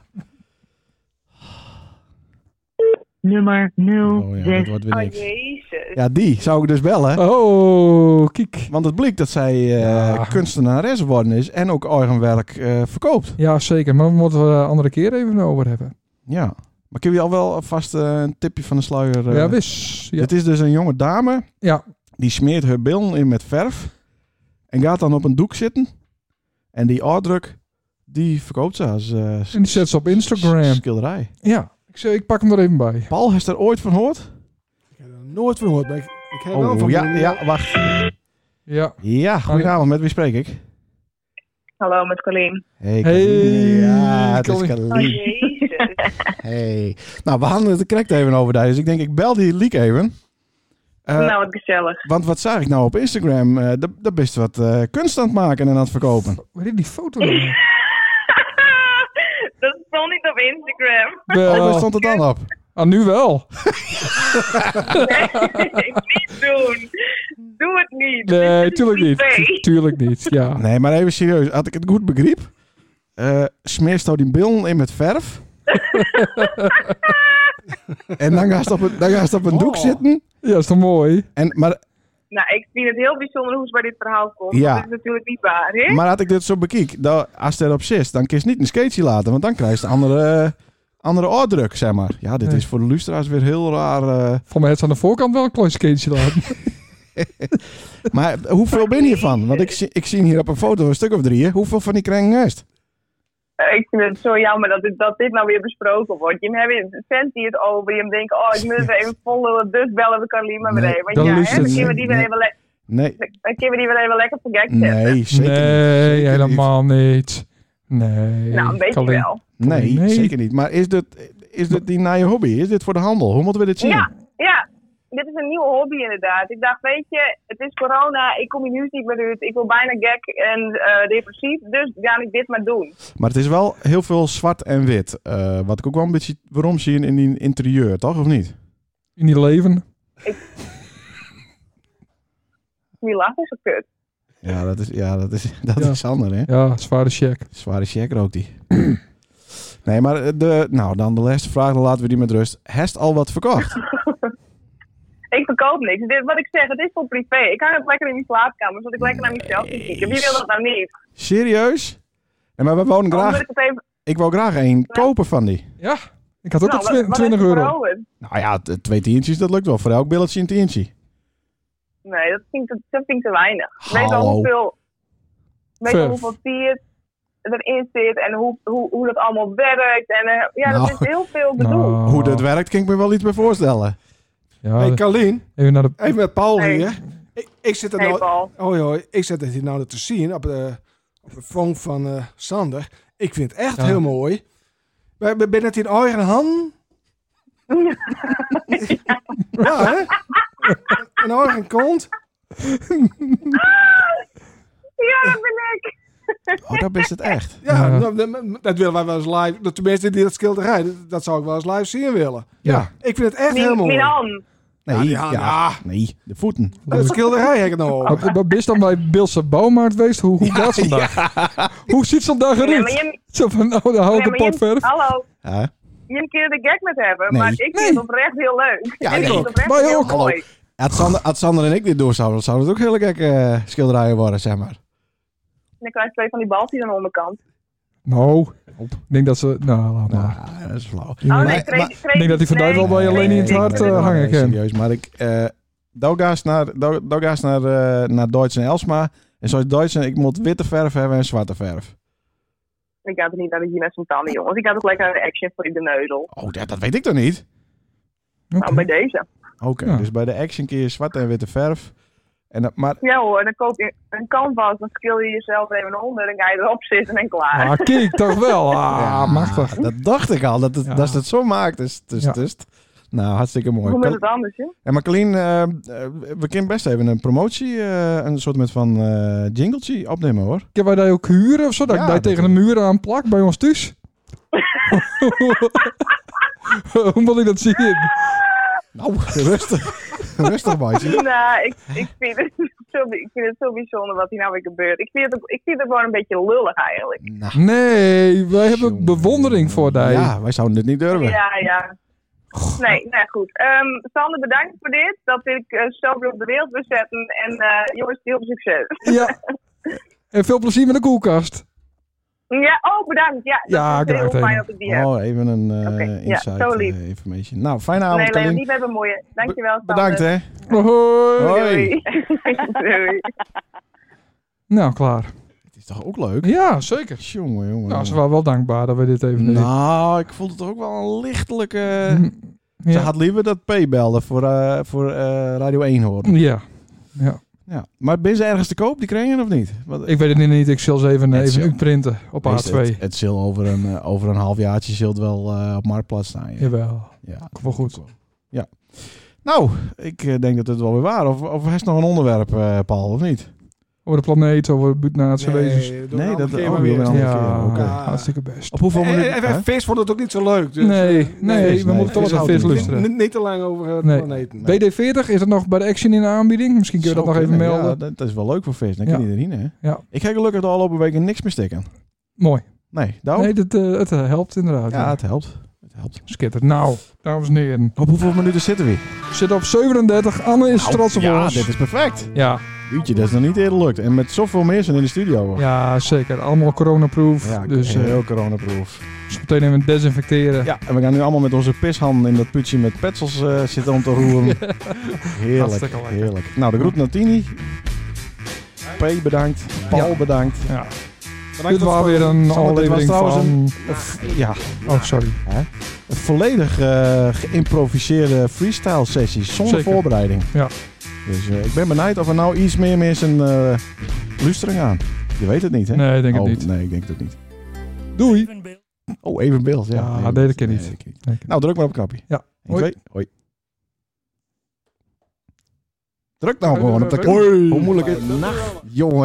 [SPEAKER 8] Nummer 0.
[SPEAKER 1] Oh ja, dat wordt weer niks.
[SPEAKER 8] jezus.
[SPEAKER 1] Ja, die zou ik dus bellen.
[SPEAKER 2] Oh, kiek.
[SPEAKER 1] Want het bleek dat zij eh,
[SPEAKER 2] Ja.
[SPEAKER 1] kunstenares geworden is en ook eigen werk eh, verkoopt.
[SPEAKER 2] Ja, zeker. Maar we moeten we een andere keer even over hebben.
[SPEAKER 1] Ja. Maar kun je al wel vast eh, een tipje van de sluier... eh,
[SPEAKER 2] Ja, wis. Ja.
[SPEAKER 1] Het is dus een jonge dame.
[SPEAKER 2] Ja.
[SPEAKER 1] Die smeert haar billen in met verf. En gaat dan op een doek zitten. En die uitdruk, die verkoopt ze als eh, s-
[SPEAKER 2] En die zet ze op Instagram.
[SPEAKER 1] s- schilderij.
[SPEAKER 2] Ja. Ik, zeg, ik pak hem er even bij.
[SPEAKER 1] Paul, heeft er ooit van gehoord?
[SPEAKER 6] Ik heb er nooit van gehoord, maar ik, ik heb wel
[SPEAKER 1] Oh,
[SPEAKER 6] van
[SPEAKER 1] ja,
[SPEAKER 6] gehoord.
[SPEAKER 1] ja, wacht.
[SPEAKER 2] Ja.
[SPEAKER 1] Ja, goedenavond. Met wie spreek ik?
[SPEAKER 8] Hallo, met Colleen. Oh,
[SPEAKER 1] Hey,
[SPEAKER 2] Hey,
[SPEAKER 1] Carlien. ja, het is
[SPEAKER 2] Carlien.
[SPEAKER 1] Carlien.
[SPEAKER 8] jezus.
[SPEAKER 1] Hey. Nou, we hadden het er correct even over daar. Dus ik denk, ik bel die Liek even. Eh,
[SPEAKER 8] Nou, wat gezellig. <laughs>
[SPEAKER 1] Want wat zag ik nou op Instagram? Eh, dat dat best wat eh, kunst aan het maken en aan het verkopen.
[SPEAKER 2] Waar is die foto dan?
[SPEAKER 8] dat stond niet op
[SPEAKER 2] <laughs>
[SPEAKER 8] Instagram.
[SPEAKER 1] Oh, waar
[SPEAKER 2] Wel.
[SPEAKER 1] stond het dan op?
[SPEAKER 2] Ah, nu
[SPEAKER 8] <laughs>
[SPEAKER 2] wel.
[SPEAKER 8] niet doen. Doe het niet.
[SPEAKER 2] Nee, tuurlijk niet. Tu- Tuurlijk niet, ja.
[SPEAKER 1] Nee, maar even serieus. Had ik het goed begreep? Eh smeerst nou die billen in met verf. <laughs> en dan ga je op een, dan ga je op een doek zitten.
[SPEAKER 2] Ja, is toch mooi?
[SPEAKER 1] En, maar,
[SPEAKER 8] Nou, ik vind het heel bijzonder hoe ze bij dit verhaal komt.
[SPEAKER 1] Ja.
[SPEAKER 8] want Dat is natuurlijk niet waar, hè?
[SPEAKER 1] maar had ik dit zo bekiek, dan, als het erop zit, dan kun je het niet een skatesje laten. Want dan krijg je een andere, eh, andere oordruk, zeg maar. Ja, dit
[SPEAKER 2] Nee.
[SPEAKER 1] is voor de lustra's weer heel raar. eh.
[SPEAKER 2] Voor mij heeft ze aan de voorkant wel een klein
[SPEAKER 8] <laughs>
[SPEAKER 2] skateje laten.
[SPEAKER 1] Maar hoeveel ben je van? Want ik, zie- ik zie hier op een foto een stuk of drieën. Hoeveel van die krengen is het?
[SPEAKER 8] Eh, Ik vind het zo jammer dat dit, dat dit nou weer besproken wordt. Je hebt fans die het over. Je denkt, oh, ik moet even even volgen. Dus bellen we Carlien maar weer
[SPEAKER 1] Nee,
[SPEAKER 8] even. Want
[SPEAKER 2] dan
[SPEAKER 8] ja,
[SPEAKER 2] lust
[SPEAKER 8] hè,
[SPEAKER 2] het
[SPEAKER 8] dan kunnen we
[SPEAKER 1] niet.
[SPEAKER 8] die
[SPEAKER 1] Nee.
[SPEAKER 8] weer even le-
[SPEAKER 1] Nee,
[SPEAKER 8] dan kunnen we die weer even lekker vergekt hebben.
[SPEAKER 1] nee, zeker niet.
[SPEAKER 2] Nee,
[SPEAKER 1] Zeker niet.
[SPEAKER 2] helemaal niet. Nee.
[SPEAKER 8] Nou, een beetje
[SPEAKER 2] Colleen.
[SPEAKER 8] wel.
[SPEAKER 1] Nee,
[SPEAKER 2] Nee.
[SPEAKER 1] zeker niet. Maar is dit, is dit die naar je hobby? Is dit voor de handel? Hoe moeten we dit zien?
[SPEAKER 8] Ja, ja, dit is een nieuwe hobby inderdaad. Ik dacht, weet je, het is corona. Ik kom hier nu niet meer uit. Ik wil bijna gek en eh, depressief. Dus ga ik dit maar doen.
[SPEAKER 1] Maar het is wel heel veel zwart en wit. eh, wat ik ook wel een beetje waarom zie je in die interieur, toch? Of niet?
[SPEAKER 2] In die leven.
[SPEAKER 8] Die lach is een kut.
[SPEAKER 1] Ja, dat is, ja, dat is, dat
[SPEAKER 2] Ja.
[SPEAKER 1] is ander, hè?
[SPEAKER 2] Ja, zware check.
[SPEAKER 1] Zware check rookt die. <clears throat> nee, maar de, nou, dan de laatste vraag. Dan laten we die met rust. Hest al wat verkocht?
[SPEAKER 8] Ik verkoop niks. Dit, wat ik zeg, het is voor privé. Ik hang het lekker in mijn slaapkamer, zodat ik lekker naar mezelf kan kijken. Wie wil dat nou niet?
[SPEAKER 1] Serieus? Nee, maar we wonen
[SPEAKER 8] Dan
[SPEAKER 1] graag...
[SPEAKER 8] ik het even...
[SPEAKER 1] Ik wou graag één kopen van die.
[SPEAKER 2] Ja, ik had ook
[SPEAKER 8] Nou,
[SPEAKER 2] al
[SPEAKER 8] wat-
[SPEAKER 2] twi-
[SPEAKER 8] wat
[SPEAKER 2] 20
[SPEAKER 8] is het voor
[SPEAKER 2] euro.
[SPEAKER 8] ogen?
[SPEAKER 1] Nou ja, t- twee tientjes, dat lukt wel. Voor elk billetje een tientje.
[SPEAKER 8] Nee, dat vind ik, te- dat vind ik te weinig. Weet wel
[SPEAKER 1] Hallo.
[SPEAKER 8] hoeveel, weet wel
[SPEAKER 2] Verf.
[SPEAKER 8] hoeveel tier erin zit en hoe, hoe, hoe dat allemaal werkt. En, eh, ja,
[SPEAKER 1] Nou.
[SPEAKER 8] dat is heel veel bedoeld.
[SPEAKER 2] Nou,
[SPEAKER 1] Hoe dat werkt, kan ik me wel iets bij voorstellen.
[SPEAKER 2] Ja,
[SPEAKER 6] Hey, Carlien,
[SPEAKER 2] even naar de...
[SPEAKER 6] even met Paul
[SPEAKER 8] Hey.
[SPEAKER 6] hier. Ik, ik zit er
[SPEAKER 8] Hey,
[SPEAKER 6] nou...
[SPEAKER 8] Paul.
[SPEAKER 6] Hoi, hoi. Ik zit het hier nou te zien op de, op de phone van eh, Sander. Ik vind het echt
[SPEAKER 2] Ja.
[SPEAKER 6] heel mooi. Maar ben ben het in eigen hand? ja, hè? In eigen kont?
[SPEAKER 8] Ja, dat ben ik.
[SPEAKER 1] Oh, dat is het echt.
[SPEAKER 6] Ja,
[SPEAKER 1] Ja.
[SPEAKER 6] nou, dat- dat willen wij wel eens live. dat- Tenminste, die- dat schilderij, dat, dat zou ik wel eens live zien willen.
[SPEAKER 1] Ja.
[SPEAKER 6] Ik vind het echt
[SPEAKER 8] Mijn-
[SPEAKER 6] helemaal.
[SPEAKER 8] Mijn
[SPEAKER 6] mooi.
[SPEAKER 8] hand.
[SPEAKER 1] Nee, ja,
[SPEAKER 6] Ja, ja.
[SPEAKER 1] nee, de voeten.
[SPEAKER 6] Dat schilderij heb ik het nou over.
[SPEAKER 2] Maar, maar bist dan bij Beeldse Bouwmarkt geweest? Hoe, hoe gaat het vandaag? Hoe ziet zo'n dag
[SPEAKER 8] Nee,
[SPEAKER 2] eruit?
[SPEAKER 8] maar je-
[SPEAKER 2] Zo van, nou, dan hou ik
[SPEAKER 8] Nee,
[SPEAKER 2] een
[SPEAKER 8] maar
[SPEAKER 2] pot
[SPEAKER 8] je- Ah.
[SPEAKER 2] verf.
[SPEAKER 8] Hallo.
[SPEAKER 1] Ja.
[SPEAKER 8] Je kunt er gek met hebben,
[SPEAKER 1] Nee.
[SPEAKER 8] maar ik vind het oprecht heel leuk.
[SPEAKER 1] Ja,
[SPEAKER 8] ik
[SPEAKER 1] ik
[SPEAKER 8] vind
[SPEAKER 1] ook.
[SPEAKER 8] het oprecht
[SPEAKER 2] Wij
[SPEAKER 8] heel
[SPEAKER 2] ook.
[SPEAKER 8] mooi.
[SPEAKER 1] Had Sander, had Sander en ik dit door zouden, zouden het ook hele gekke eh, schilderijen worden, zeg maar.
[SPEAKER 8] En dan krijg je twee van die baltjes aan de onderkant.
[SPEAKER 2] Nou, ik denk dat ze... Nou, laat maar.
[SPEAKER 1] Ah, dat is flauw.
[SPEAKER 8] Oh
[SPEAKER 1] Maar-
[SPEAKER 8] nee, Tracy-
[SPEAKER 1] maar-
[SPEAKER 8] Tracy-
[SPEAKER 2] Ik denk dat die van
[SPEAKER 8] nee,
[SPEAKER 2] Duivel bij
[SPEAKER 8] Tracy-
[SPEAKER 2] alleen in het hart
[SPEAKER 8] Tracy-
[SPEAKER 2] eh, hangen
[SPEAKER 1] Nee,
[SPEAKER 2] kan.
[SPEAKER 1] serieus, maar ik... eh Dauwgaas naar, Dau- Dauwgaas naar, eh, naar Duits en Elsma. En zoals Duitsen, ik moet witte verf hebben en zwarte verf.
[SPEAKER 8] Ik had het niet dat ik hier met zo'n tanden, jongens. Ik had het lekker een action voor in de neuzel.
[SPEAKER 1] Oh, dat, dat weet ik toch niet?
[SPEAKER 8] Nou, bij deze.
[SPEAKER 1] Oké,
[SPEAKER 2] Ja.
[SPEAKER 1] dus bij de action keer zwarte en witte verf. En dat, maar
[SPEAKER 8] Ja hoor, dan koop je een canvas, dan skill je jezelf er even onder, dan ga je erop zitten en klaar.
[SPEAKER 2] Ah, kijk, toch wel. Ah,
[SPEAKER 1] Ja,
[SPEAKER 2] machtig.
[SPEAKER 1] dat dacht ik al, dat het,
[SPEAKER 2] Ja.
[SPEAKER 1] dat ze het zo maakt. Dus, dus,
[SPEAKER 2] Ja.
[SPEAKER 1] dus. Nou, hartstikke mooi.
[SPEAKER 8] Hoe moet
[SPEAKER 1] Kal-
[SPEAKER 8] het anders, hè?
[SPEAKER 1] En maar Colleen, eh, eh, we kunnen best even een promotie, eh, een soort met van eh jingletje opnemen hoor.
[SPEAKER 2] Kunnen wij dat ook huren of zo? Dat
[SPEAKER 1] Ja,
[SPEAKER 2] ik daar
[SPEAKER 1] dat
[SPEAKER 2] tegen de muur aan plak bij
[SPEAKER 1] <laughs>
[SPEAKER 2] ons thuis? Hoe moet ik dat zien?
[SPEAKER 1] Nou, <laughs> rustig. rustig, <laughs> meisje.
[SPEAKER 8] Nou, ik, ik, vind het <laughs> zo, bi- ik vind het zo bijzonder wat hier nou weer gebeurt. Ik vind het, ook- ik vind het gewoon een beetje lullig eigenlijk.
[SPEAKER 1] Nou,
[SPEAKER 2] Nee, wij hebben
[SPEAKER 1] jongen.
[SPEAKER 2] bewondering voor die.
[SPEAKER 1] Ja, wij zouden dit niet durven.
[SPEAKER 8] Ja, ja. Nee, nou goed. Ehm Sander, bedankt voor dit. Dat ik eh, zo weer op de wereld wil zetten. En eh, jongens, heel veel succes.
[SPEAKER 2] Ja. En veel plezier met de koelkast.
[SPEAKER 8] Ja, oh, bedankt. Ja, dat
[SPEAKER 2] Ja,
[SPEAKER 8] is heel
[SPEAKER 2] graag
[SPEAKER 8] fijn
[SPEAKER 2] gedaan.
[SPEAKER 8] dat ik die heb.
[SPEAKER 1] Oh, even een eh
[SPEAKER 8] Oké, ja,
[SPEAKER 1] insight
[SPEAKER 8] zo lief.
[SPEAKER 1] eh, information. Nou, fijne
[SPEAKER 8] nee,
[SPEAKER 1] avond,
[SPEAKER 8] Leonie,
[SPEAKER 1] Colleen.
[SPEAKER 8] we hebben een mooie. Dankjewel, Sander.
[SPEAKER 1] Bedankt, hè. <laughs>
[SPEAKER 2] Hoi.
[SPEAKER 1] Hoi.
[SPEAKER 8] Doei. <laughs> Doei.
[SPEAKER 2] Nou, klaar.
[SPEAKER 1] Het is toch ook leuk?
[SPEAKER 2] Ja, zeker.
[SPEAKER 1] Jongen, jongen.
[SPEAKER 2] Nou, ze waren wel dankbaar dat we dit even deden.
[SPEAKER 1] Nou, ik vond het ook wel een lichtelijke...
[SPEAKER 2] <laughs> Hm,
[SPEAKER 1] Ze
[SPEAKER 2] ja.
[SPEAKER 1] had liever dat P belde voor, eh, voor eh, Radio 1 horen.
[SPEAKER 2] ja,
[SPEAKER 1] Ja. Maar ben ze ergens te koop, die kringen of niet? Want,
[SPEAKER 2] ik weet het nu niet. Ik zal ze even,
[SPEAKER 1] Het
[SPEAKER 2] even
[SPEAKER 1] zal-
[SPEAKER 2] uitprinten op
[SPEAKER 1] Weet je,
[SPEAKER 2] A2.
[SPEAKER 1] Het, het zal over een, eh, over een halfjaartje zult wel eh, op marktplaats staan. Ja.
[SPEAKER 2] Jawel,
[SPEAKER 1] ja.
[SPEAKER 2] kom wel goed.
[SPEAKER 1] Nou, ik eh, denk dat het wel weer waar. Of, of is nog een onderwerp, eh, Paul, of niet?
[SPEAKER 2] Over de planeet, over buitenaardse wezens.
[SPEAKER 6] doe een
[SPEAKER 1] nee,
[SPEAKER 6] andere
[SPEAKER 1] dat
[SPEAKER 6] keer
[SPEAKER 1] oh,
[SPEAKER 6] maar
[SPEAKER 1] weer Ah. een
[SPEAKER 6] weer.
[SPEAKER 1] andere
[SPEAKER 2] Ja,
[SPEAKER 1] keer. Oké.
[SPEAKER 6] Ja.
[SPEAKER 2] hartstikke best.
[SPEAKER 1] Op hoeveel
[SPEAKER 6] En-
[SPEAKER 1] minuten?
[SPEAKER 6] en- en
[SPEAKER 1] Huh?
[SPEAKER 6] vis vond het ook niet zo leuk. Dus,
[SPEAKER 2] nee,
[SPEAKER 6] eh,
[SPEAKER 2] nee,
[SPEAKER 1] vis,
[SPEAKER 2] we
[SPEAKER 1] nee,
[SPEAKER 2] moeten toch
[SPEAKER 1] vis
[SPEAKER 2] wat
[SPEAKER 1] houdt
[SPEAKER 2] vis
[SPEAKER 1] niet.
[SPEAKER 2] luisteren.
[SPEAKER 6] Niet, niet te lang over eh, het
[SPEAKER 2] Nee.
[SPEAKER 6] planeten.
[SPEAKER 1] Nee.
[SPEAKER 2] BD40, is dat nog bij de Action in de aanbieding? Misschien kun je dat
[SPEAKER 1] Zou
[SPEAKER 2] nog even
[SPEAKER 1] kunnen,
[SPEAKER 2] melden.
[SPEAKER 1] Ja, dat, dat is wel leuk voor vis. Dan
[SPEAKER 2] Ja.
[SPEAKER 1] kun je erin, hè?
[SPEAKER 2] Ja.
[SPEAKER 1] Ik ga gelukkig de afgelopen weken niks meer stikken.
[SPEAKER 2] Mooi.
[SPEAKER 1] Nee, nou?
[SPEAKER 2] Nee, dat, eh, het eh, helpt inderdaad.
[SPEAKER 1] ja,
[SPEAKER 2] Ja.
[SPEAKER 1] het helpt. Het helpt.
[SPEAKER 2] Skitter. Nou, dames en heren.
[SPEAKER 1] Op hoeveel minuten zitten we?
[SPEAKER 2] Zit op 37. Anne is trots op
[SPEAKER 1] Nou, ja,
[SPEAKER 2] ons.
[SPEAKER 1] dit is perfect.
[SPEAKER 2] Ja,
[SPEAKER 1] Jeetje, dat is nog niet eerder lukt. En met zoveel mensen in de studio. hoor.
[SPEAKER 2] ja, zeker. Allemaal coronaproof.
[SPEAKER 1] Ja,
[SPEAKER 2] dus eh,
[SPEAKER 1] heel coronaproof.
[SPEAKER 2] zo meteen even desinfecteren.
[SPEAKER 1] Ja, en we gaan nu allemaal met onze pishanden in dat putje met petsels eh, zitten om te
[SPEAKER 2] <laughs>
[SPEAKER 1] roeren. heerlijk,
[SPEAKER 2] Hartstikke lekker.
[SPEAKER 1] heerlijk. Nou, de groet naar Tini. P bedankt. Paul bedankt.
[SPEAKER 2] Ja. Dit was weer een
[SPEAKER 1] Sander, dit was
[SPEAKER 2] aflevering
[SPEAKER 1] trouwens
[SPEAKER 2] van...
[SPEAKER 1] Ja,
[SPEAKER 2] Oh, sorry.
[SPEAKER 1] een volledig eh, geïmproviseerde freestyle sessie zonder
[SPEAKER 2] Zeker.
[SPEAKER 1] voorbereiding.
[SPEAKER 2] Ja.
[SPEAKER 1] Dus eh, ik ben benijd of er nou iets meer mensen eh, luisteren aan. Je weet het niet, hè?
[SPEAKER 2] Nee, ik denk het
[SPEAKER 1] Oh,
[SPEAKER 2] niet.
[SPEAKER 1] Nee, ik denk het ook niet.
[SPEAKER 2] Doei.
[SPEAKER 1] Oh, even beeld. Ja,
[SPEAKER 2] Ja,
[SPEAKER 1] Even
[SPEAKER 2] nee, dat
[SPEAKER 1] beeld.
[SPEAKER 2] kan niet.
[SPEAKER 1] dat kan Nou, druk maar op het knopje.
[SPEAKER 2] Ja.
[SPEAKER 1] Eén,
[SPEAKER 2] Hoi.
[SPEAKER 1] twee. Hoi. Druk nou gewoon op dat
[SPEAKER 2] Hoi.
[SPEAKER 1] nou knopje. Hoe moeilijk is het? Nacht, jongen.